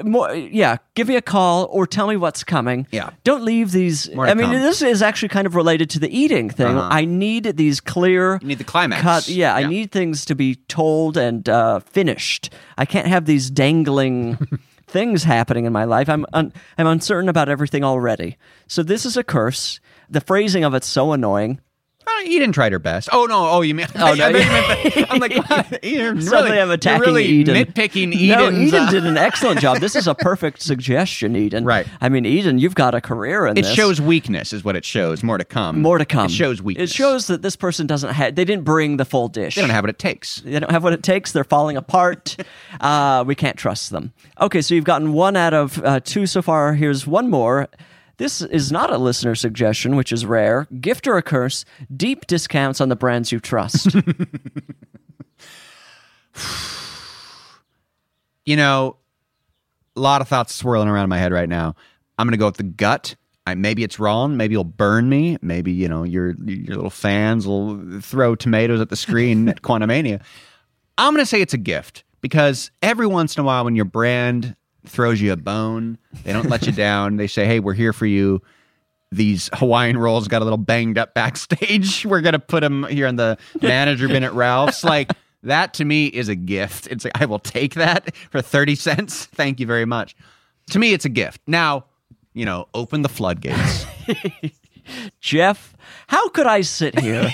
S2: more, yeah, give me a call or tell me what's coming.
S3: Yeah.
S2: Don't leave these.
S3: More to
S2: I mean,
S3: come. Uh-huh.
S2: this is actually kind of related to the eating thing. I need these clear.
S3: You need the climax.
S2: Cut. Yeah, I
S3: Yeah.
S2: need things to be told and uh, finished. I can't have these dangling things happening in my life. I'm un- I'm uncertain about everything already. So this is a curse. The phrasing of it's so annoying.
S3: Oh, Eden tried her best. Oh no! Oh, you mean? Oh,
S2: no.
S3: I'm like, Eden,
S2: Suddenly
S3: really,
S2: I'm attacking
S3: you're really
S2: Eden.
S3: nitpicking
S2: no,
S3: Eden's.
S2: Eden
S3: uh,
S2: did an excellent job. This is a perfect suggestion, Eden.
S3: Right.
S2: I mean, Eden, you've got a career in
S3: it
S2: this.
S3: shows weakness, is what it shows. More to come.
S2: more to come.
S3: It shows weakness.
S2: It shows that this person doesn't have. They didn't bring the full dish.
S3: they don't have what it takes.
S2: They don't have what it takes. They're falling apart. uh, we can't trust them. Okay, so you've gotten one out of uh, two so far. Here's one more. This is not a listener suggestion, which is rare. Gift or a curse, deep discounts on the brands you trust.
S3: you know, a lot of thoughts swirling around in my head right now. I'm gonna go with the gut. I, maybe it's wrong. Maybe you'll burn me. Maybe you know your your little fans will throw tomatoes at the screen at Quantumania. I'm gonna say it's a gift because every once in a while, when your brand throws you a bone, they don't let you down. They say, "Hey, we're here for you." These Hawaiian rolls got a little banged up backstage. We're gonna put them here in the manager bin at Ralph's. Like that to me is a gift. It's like I will take that for thirty cents. Thank you very much. To me, it's a gift. Now, you know, open the floodgates.
S2: Jeff, how could I sit here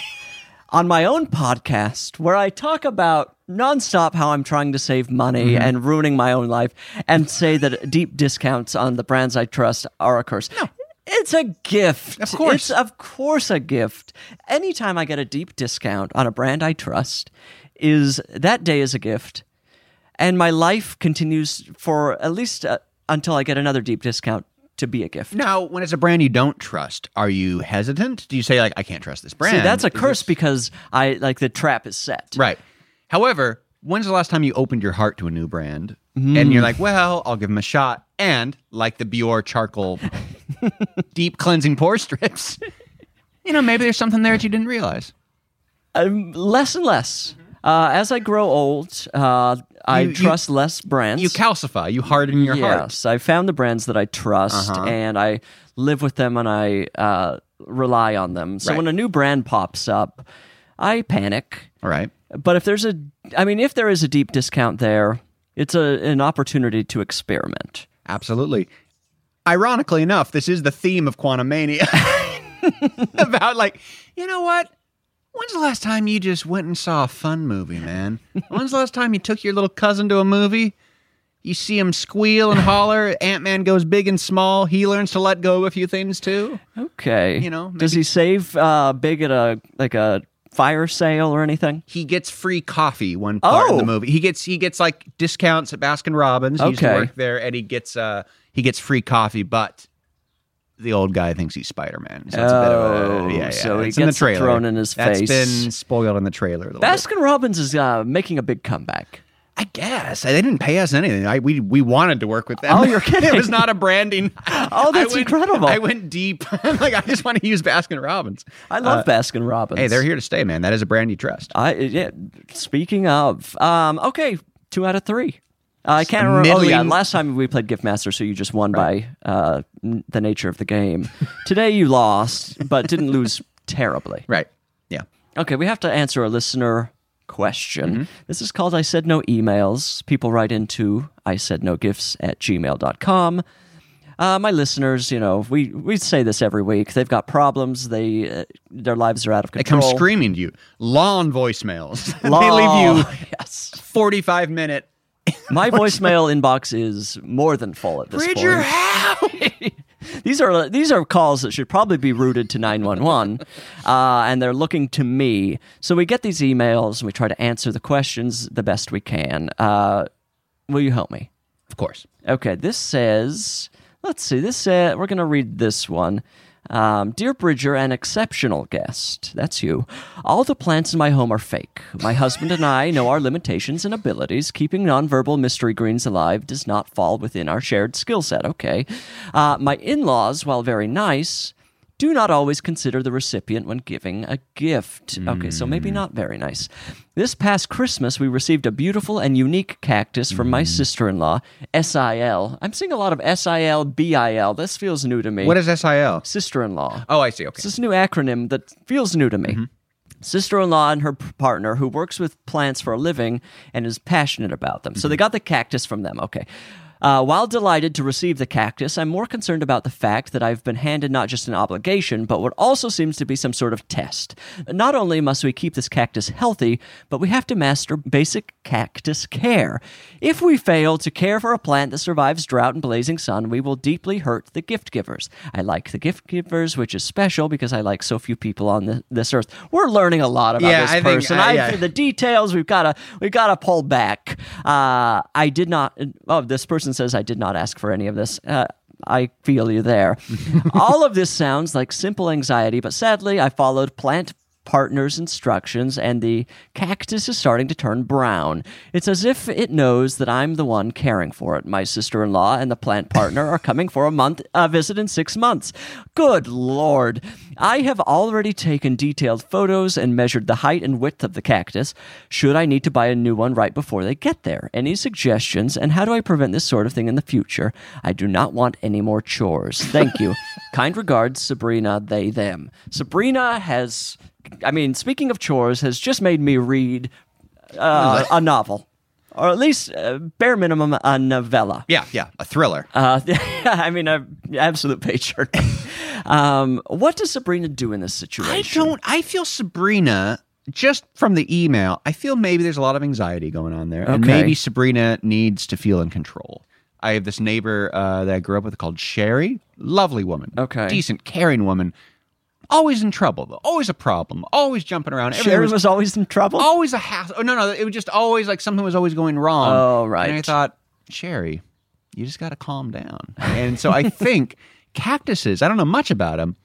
S2: on my own podcast where I talk about nonstop how I'm trying to save money
S3: Mm-hmm.
S2: and ruining my own life and say that deep discounts on the brands I trust are a curse? No. It's a gift.
S3: Of course.
S2: It's of course a gift. Anytime I get a deep discount on a brand I trust is that day is a gift. And my life continues for at least uh, until I get another deep discount to be a gift.
S3: now, when it's a brand you don't trust, are you hesitant? Do you say like, I can't trust this brand?
S2: See, that's a
S3: Is
S2: curse because I like the trap is set.
S3: Right. However, when's the last time you opened your heart to a new brand and you're like, well, I'll give them a shot? And like the Bior charcoal deep cleansing pore strips, you know, maybe there's something there that you didn't realize.
S2: Um, less and less. Uh, as I grow old, uh, I
S3: You- you-
S2: trust less brands.
S3: You calcify, you harden your heart.
S2: yes, I found the brands that I trust,
S3: Uh-huh.
S2: and I live with them, and I uh, rely on them. So
S3: Right.
S2: when a new brand pops up, I panic.
S3: All right.
S2: But if there's a, I mean, if there is a deep discount there, it's a an opportunity to experiment.
S3: Absolutely. Ironically enough, this is the theme of Quantum Mania. About like, you know what? When's the last time you just went and saw a fun movie, man? When's the last time you took your little cousin to a movie? You see him squeal and holler. Ant Man goes big and small. He learns to let go of a few things too.
S2: Okay,
S3: Oh, You know,
S2: does he save uh, big at a like a fire sale or anything?
S3: He gets free coffee one part of
S2: Oh.
S3: the movie. He gets he gets like discounts at Baskin Robbins. He used to
S2: Okay.
S3: work there, and he gets uh he gets free coffee, but. The old guy thinks he's Spider Man. So it's a bit of
S2: Oh,
S3: a yeah, yeah.
S2: so he
S3: it's in the
S2: gets it
S3: trailer.
S2: thrown in his face.
S3: That's been spoiled in the trailer. a little bit.
S2: Baskin Robbins is uh, making a big comeback.
S3: I guess they didn't pay us anything. I, we we wanted to work with them.
S2: Oh, you're kidding.
S3: it was not a branding.
S2: Oh, that's
S3: I went-
S2: incredible.
S3: I went deep. I'm like I just want to use Baskin Robbins.
S2: I love Baskin Robbins.
S3: Uh, Hey, they're here to stay, man. That is a brand you trust.
S2: I yeah. Speaking of, um, okay, two out of three. I can't
S3: a
S2: remember. Oh yeah,
S3: middling-
S2: last time we played Gift Master, so you just won by uh, n- the nature of the game. Today you lost, but didn't lose terribly.
S3: Right? Yeah.
S2: Okay, we have to answer a listener question.
S3: Mm-hmm.
S2: This is called I Said No Emails. People write into I Said No Gifts at gmail.com. Uh, my listeners, you know, we, we say this every week. They've got problems. They uh, their lives are out of
S3: They come
S2: control.
S3: screaming to you. Long voicemails.
S2: Law-
S3: they leave you
S2: Yes,
S3: 45 minute.
S2: my voicemail inbox is more than full at this point.
S3: how?
S2: these are these are calls that should probably be routed to 911 uh, and they're looking to me so we get these emails and we try to answer the questions the best we can uh, will you help me
S3: Of course.
S2: Okay, this says, let's see, this uh, we're going to read this one. Um, Dear Bridger, an exceptional guest. That's you. All the plants in my home are fake. My husband and I know our limitations and abilities. Keeping nonverbal mystery greens alive does not fall within our shared skill set. Okay. Uh, my in laws, while very nice, do not always consider the recipient when giving a gift. Okay, so maybe not very nice. This past Christmas, we received a beautiful and unique cactus from
S3: Mm.
S2: my sister in law, SIL. I'm seeing a lot of SIL, BIL. This feels new to me.
S3: What is SIL?
S2: sister in law?
S3: Oh, I see. Okay.
S2: It's this new acronym that feels new to me. Sister in law and her p- partner, who works with plants for a living and is passionate about them. So they got the cactus from them. Okay. Uh, while delighted to receive the cactus, I'm more concerned about the fact that I've been handed not just an obligation, but what also seems to be some sort of test. Not only must we keep this cactus healthy, but we have to master basic cactus care. If we fail to care for a plant that survives drought and blazing sun, we will deeply hurt the gift givers. I like the gift givers, which is special because I like so few people on the, this earth. We're learning a lot about
S3: Yeah,
S2: this
S3: I think-
S2: person.
S3: I-
S2: I-
S3: yeah.
S2: the details we've got to we've got to pull back. Uh, I did not. Oh, this person says I did not ask for any of this. Uh, I feel you there. All of this sounds like simple anxiety, but sadly, I followed plant partner's instructions, and the cactus is starting to turn brown. It's as if it knows that I'm the one caring for it. My sister in law and the plant partner are coming for a month a uh, visit in six months. Good lord. I have already taken detailed photos and measured the height and width of the cactus. Should I need to buy a new one right before they get there? Any suggestions? And how do I prevent this sort of thing in the future? I do not want any more chores. Thank you. kind regards, Sabrina, they, them. Sabrina has, I mean, speaking of chores, has just made me read uh, a novel. Or at least, uh, bare minimum, a novella.
S3: Yeah, yeah. A thriller.
S2: Uh, I mean, an absolute patron. um, what does Sabrina do in this
S3: I
S2: situation?
S3: don't. I feel Sabrina. Just from the email, I feel maybe there's a lot of anxiety going on there, and
S2: Okay.
S3: maybe Sabrina needs to feel in control. I have this neighbor uh, that I grew up with called Sherry. Lovely woman.
S2: Okay.
S3: Decent, caring woman. Always in trouble though. Always a problem. Always jumping around. Everything
S2: Sharon was, always in trouble.
S3: always a hassle. Oh no, no, it was just always like something was always going wrong.
S2: Oh, right.
S3: And I thought, Sherry, you just got to calm down. And so I think cactuses. I don't know much about them.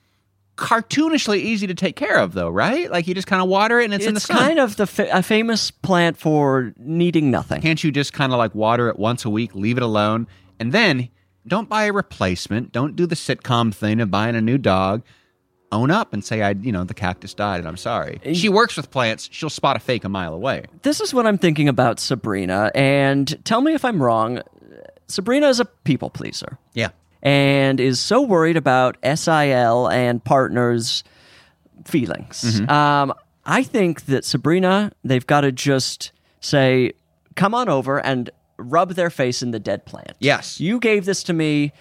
S3: Cartoonishly easy to take care of, though, right? Like you just kind of water it and it's, in the
S2: it's
S3: sun.
S2: kind of the fa- a famous plant for needing nothing.
S3: Can't you just kind of like water it once a week, leave it alone, and then don't buy a replacement. Don't do the sitcom thing of buying a new dog. Own up and say, I, you know, the cactus died and I'm sorry. She works with plants. She'll spot a fake a mile away.
S2: This is what I'm thinking about Sabrina, and tell me if I'm wrong. Sabrina is a people pleaser.
S3: Yeah.
S2: and is so worried about SIL and partners' feelings.
S3: Mm-hmm.
S2: Um, I think that Sabrina, they've got to just say, come on over and rub their face in the dead plant.
S3: Yes.
S2: You gave this to me.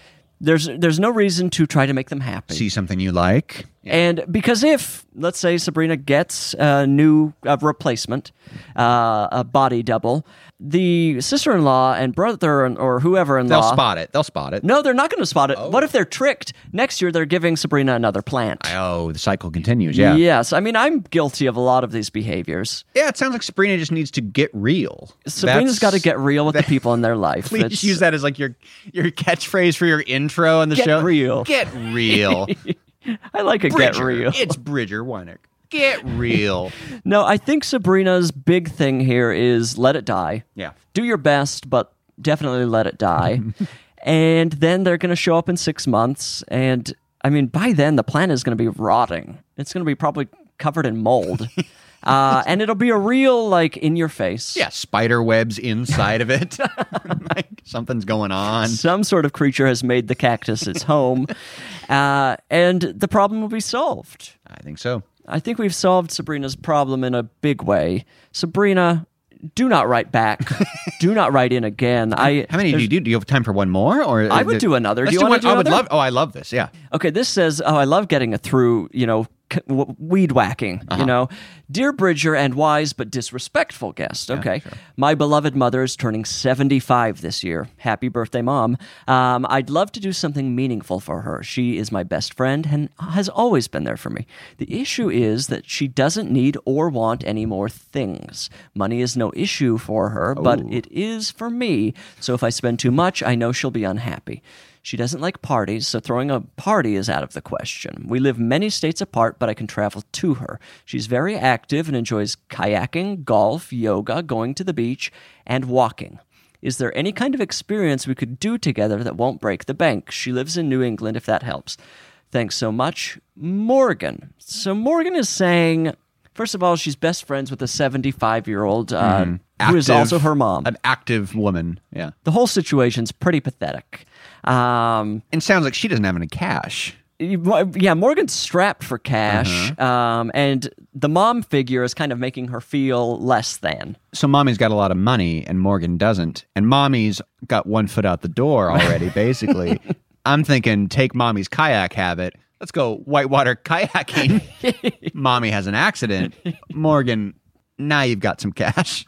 S2: There's, there's no reason to try to make them happy.
S3: See something you like.
S2: And because if, let's say, Sabrina gets a new a replacement, uh, a body double, the sister in law and brother and, or whoever in
S3: They'll
S2: law
S3: spot it. They'll spot it.
S2: no, they're not going to spot it. What if they're tricked? Next year, they're giving Sabrina another plant.
S3: Oh, the cycle continues. Yeah. yeah.
S2: Yes. I mean, I'm guilty of a lot of these behaviors.
S3: it sounds like Sabrina just needs to get real.
S2: Sabrina's
S3: That's-
S2: got to get real with the people in their life.
S3: Please
S2: It's-
S3: use that as like your your catchphrase for your intro on the
S2: Get
S3: show.
S2: real.
S3: Get real.
S2: I like a
S3: Bridger.
S2: get real.
S3: It's Bridger Weinick. Get real.
S2: No, I think Sabrina's big thing here is let it die.
S3: Yeah.
S2: Do your best, but definitely let it die. and then they're going to show up in six months. And I mean, by then, the plant is going to be rotting. It's going to be probably covered in mold. uh, and it'll be a real, like, in your face.
S3: yeah. Spider webs inside of it. like something's going on.
S2: some sort of creature has made the cactus its home, uh, and the problem will be solved.
S3: I think so.
S2: I think we've solved Sabrina's problem in a big way. Sabrina, do not write back. do not write in again. I
S3: How many do you do? Do you have time for one more? Or
S2: I would do another.
S3: Let's
S2: Do you wanna
S3: one-
S2: do
S3: I would
S2: another?
S3: love. Oh, I love this. Yeah.
S2: okay. This says, oh, I love getting a through. You know, c- w- weed whacking, you know. Dear Bridger and wise but disrespectful guest. Okay. My beloved mother is turning 75 this year. Happy birthday, mom. Um, I'd love to do something meaningful for her. She is my best friend and has always been there for me. The issue is that she doesn't need or want any more things. Money is no issue for her, but it is for me. So if I spend too much, I know she'll be unhappy. She doesn't like parties, so throwing a party is out of the question. We live many states apart, but I can travel to her. She's very active and enjoys kayaking, golf, yoga, going to the beach, and walking. Is there any kind of experience we could do together that won't break the bank? She lives in New England, if that helps. Thanks so much, Morgan. So, Morgan is saying, first of all, she's best friends with a 75 year old uh, who is
S3: Mm-hmm. Active-
S2: also her mom.
S3: An active woman. Yeah.
S2: The whole situation's pretty pathetic. Um,
S3: And sounds like she doesn't have any cash.
S2: yeah, Morgan's strapped for cash,
S3: Mm-hmm.
S2: um, and the mom figure is kind of making her feel less than.
S3: So mommy's got a lot of money and Morgan doesn't. And mommy's got one foot out the door already, basically. I'm thinking take mommy's kayak habit. Let's go whitewater kayaking. Mommy has an accident. Morgan, now you've got some cash.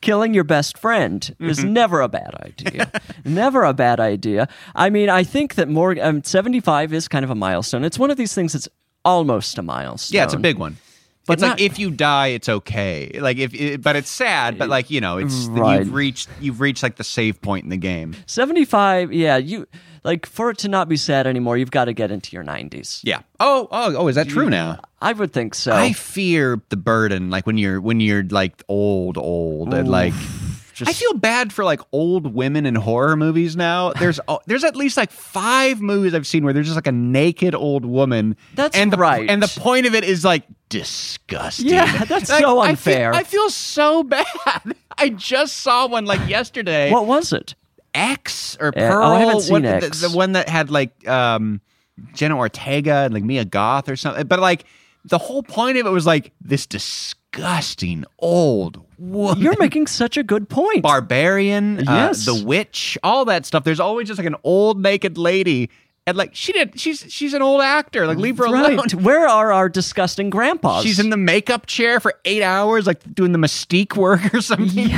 S2: Killing your best friend is
S3: Mm-hmm.
S2: never a bad idea. never a bad idea. I mean, I think that Morgan um, seventy five is kind of a milestone. It's one of these things that's almost a milestone.
S3: Yeah, it's a big one.
S2: But
S3: But it's
S2: not-
S3: like if you die, it's okay. Like if, it, but it's sad. But like you know, it's
S2: Right.
S3: you've reached you've reached like the save point in the game.
S2: 75 yeah you like for it to not be sad anymore you've got to get into your 90s
S3: Yeah. Oh, oh, oh. Is that true now?
S2: i would think so
S3: I fear the burden, like when you're when you're like old, old, and like. I feel bad for like old women in horror movies now. There's oh, there's at least like five movies I've seen where there's just like a naked old woman.
S2: That's
S3: and the,
S2: right.
S3: And the point of it is like disgusting.
S2: Yeah, that's
S3: Like,
S2: so
S3: I feel-
S2: unfair.
S3: I feel, so bad. I just saw one like yesterday.
S2: what was it
S3: X or
S2: Yeah,
S3: Pearl.
S2: oh, I haven't seen
S3: what-
S2: X.
S3: The, the one that had like um, Jenna Ortega and like Mia Goth or something. But like the whole point of it was like this disgusting old woman.
S2: you're making such a good point
S3: barbarian, uh,
S2: Yes.
S3: the witch, all that stuff. There's always just like an old naked lady. And like she did, she's she's an old actor. Like leave her
S2: right
S3: alone.
S2: where are our disgusting grandpas
S3: She's in the makeup chair for eight hours, like doing the mystique work or something.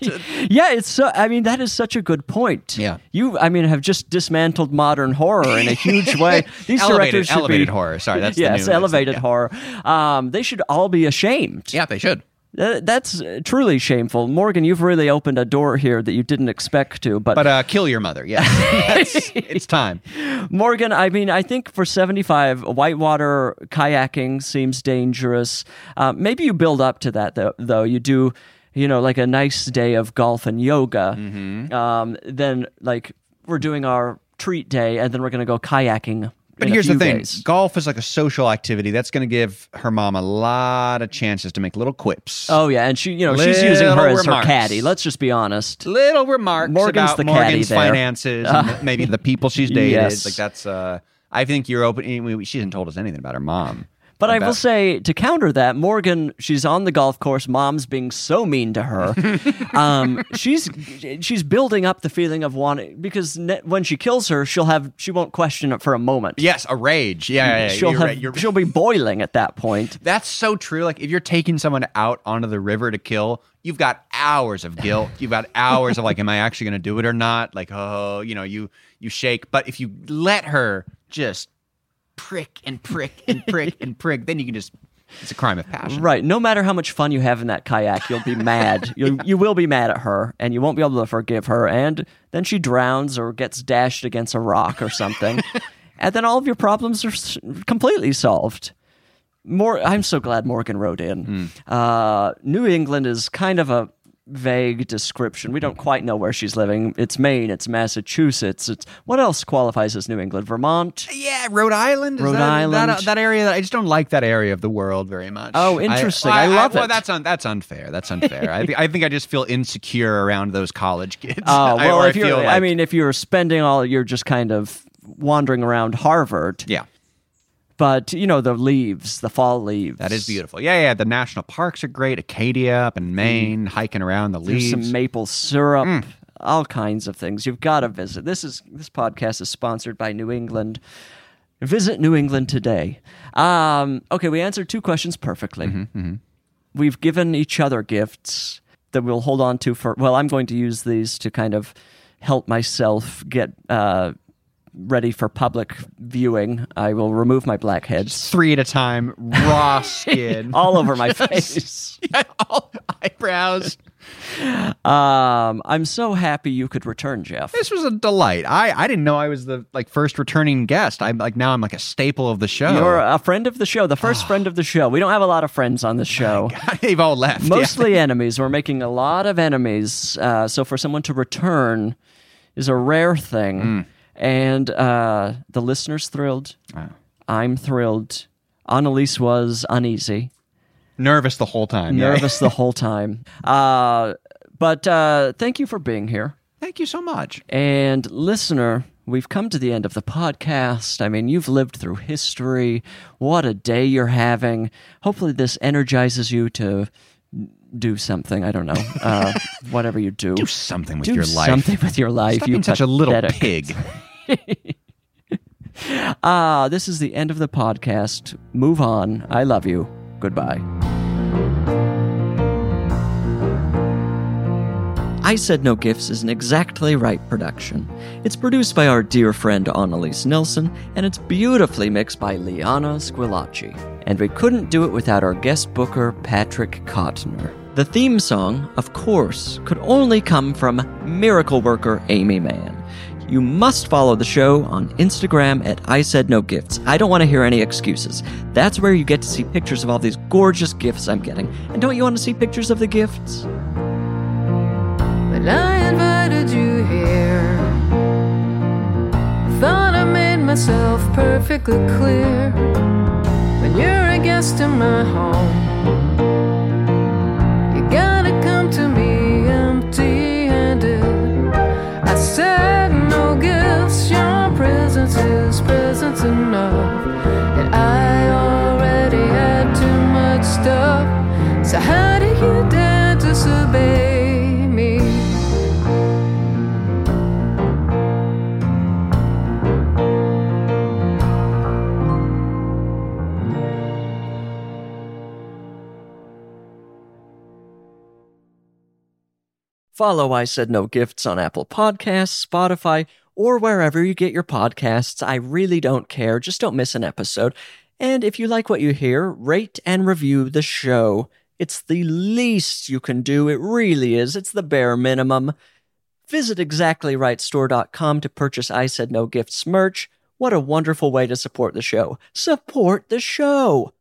S2: Yeah, it's so. I mean, that is such a good point.
S3: Yeah.
S2: you. I mean, have just dismantled modern horror in a huge way. These
S3: elevated,
S2: directors should
S3: elevated
S2: be,
S3: horror. Sorry, that's
S2: yes,
S3: the new
S2: elevated
S3: yeah.
S2: horror. Um, they should all be ashamed.
S3: Yeah, they should.
S2: Th- that's uh, truly shameful, Morgan. You've really opened a door here that you didn't expect to. But,
S3: But uh, kill your mother. Yeah, That's- it's time.
S2: Morgan, I mean, I think for seventy-five, whitewater kayaking seems dangerous. Uh, maybe you build up to that though. Though you do. You know, like a nice day of golf and yoga.
S3: Mm-hmm.
S2: Um, then, like, we're doing our treat day, and then we're going to go kayaking.
S3: But
S2: in a
S3: here's the
S2: few
S3: thing:
S2: days.
S3: golf is like a social activity. That's going to give her mom a lot of chances to make little quips,
S2: Oh yeah, and she, you know, she's using her
S3: Little
S2: as her
S3: remarks.
S2: caddy. Let's just be honest.
S3: little remarks
S2: Morgan's
S3: about
S2: the caddy
S3: Morgan's
S2: there.
S3: finances, and th- maybe the people she's dated.
S2: Yes.
S3: Like that's. Uh, I think you're open. we- She hasn't told us anything about her mom.
S2: But I
S3: About-
S2: will say to counter that, Morgan, she's on the golf course. Mom's being so mean to her. um, she's she's building up the feeling of wanting because ne- when she kills her, she'll have she won't question it for a moment.
S3: Yes, a rage. Yeah, yeah, yeah,
S2: she'll
S3: you're
S2: have
S3: right, you're-
S2: she'll be boiling at that point.
S3: That's so true. Like if you're taking someone out onto the river to kill, you've got hours of guilt. You've got hours of like, am I actually going to do it or not? Like, oh, you know, you you shake. But if you let her just prick and prick and prick and prick, then you can just. It's a crime of passion.
S2: Right. No matter how much fun you have in that kayak, you'll be mad. You'll, You will be mad at her, and you won't be able to forgive her. And then she drowns or gets dashed against a rock or something, and then all of your problems are s- completely solved. More. I'm so glad Morgan wrote in. Uh, New England is kind of a vague description. We don't quite know where she's living. It's Maine. It's Massachusetts. It's what else qualifies as New England? Vermont.
S3: Yeah, Rhode Island. Is
S2: Rhode
S3: that,
S2: Island.
S3: That, that area. That, I just don't like that area of the world very much.
S2: Oh, interesting. I love
S3: well,
S2: it.
S3: that's un, that's unfair. That's unfair. I, think I think I just feel insecure around those college kids.
S2: Oh
S3: I-
S2: well,
S3: or
S2: if you're,
S3: feel
S2: I
S3: like-
S2: mean, if you're spending all, you're just kind of wandering around Harvard.
S3: yeah.
S2: But you know the leaves, the fall leaves.
S3: That is beautiful. Yeah, yeah. The national parks are great. Acadia up in Maine, hiking around the
S2: There's
S3: leaves.
S2: Mm. some maple syrup, all kinds of things. You've got to visit. This is this podcast is sponsored by New England. Visit New England today. Um, okay, we answered two questions perfectly. We've given each other gifts that we'll hold on to for. Well, I'm going to use these to kind of help myself get uh, ready for public viewing. I will remove my blackheads
S3: Three at a time, raw skin,
S2: all over my face.
S3: all eyebrows.
S2: Um, I'm so happy you could return, Jeff.
S3: This was a delight. I, I didn't know I was the like first returning guest. I'm like now I'm like a staple of the show.
S2: You're a friend of the show, the first friend of the show. We don't have a lot of friends on the show.
S3: They've all left. yeah.
S2: Mostly enemies. We're making a lot of enemies. Uh, so for someone to return is a rare thing.
S3: Mm.
S2: And uh, the listener's thrilled. I'm thrilled. Annalise was uneasy,
S3: nervous the whole time. yeah.
S2: nervous the whole time. Uh, but uh, thank you for being here.
S3: Thank you so much.
S2: And listener, we've come to the end of the podcast. I mean, you've lived through history. What a day you're having. Hopefully, this energizes you to do something. I don't know. Uh, whatever you do,
S3: Do something with
S2: Do
S3: your life.
S2: Something with your life.
S3: Stop
S2: you
S3: being such a little
S2: pathetic.
S3: pig.
S2: Ah, this is the end of the podcast. Move on. I love you. Goodbye. I Said No Gifts is an exactly right production. It's produced by our dear friend Annalise Nelson, and it's beautifully mixed by Liana Squilacci. And we couldn't do it without our guest booker, Patrick Kottner. The theme song, of course, could only come from miracle worker Amy Mann. You must follow the show on Instagram at I Said No Gifts. I don't want to hear any excuses. That's where you get to see pictures of all these gorgeous gifts I'm getting. And don't you want to see pictures of the gifts?
S1: But I invited you here. Thought I made myself perfectly clear. When you're a guest in my home, you gotta come to me empty handed. I said no gifts, your presence is presence enough. And I already had too much stuff. So how do you dare disobey me?
S2: Follow I Said No Gifts on Apple Podcasts, Spotify, or wherever you get your podcasts. I really don't care. Just don't miss an episode. And if you like what you hear, rate and review the show. It's the least you can do. It really is. It's the bare minimum. Visit exactlyrightstore.com to purchase I Said No Gifts merch. What a wonderful way to support the show. Support the show.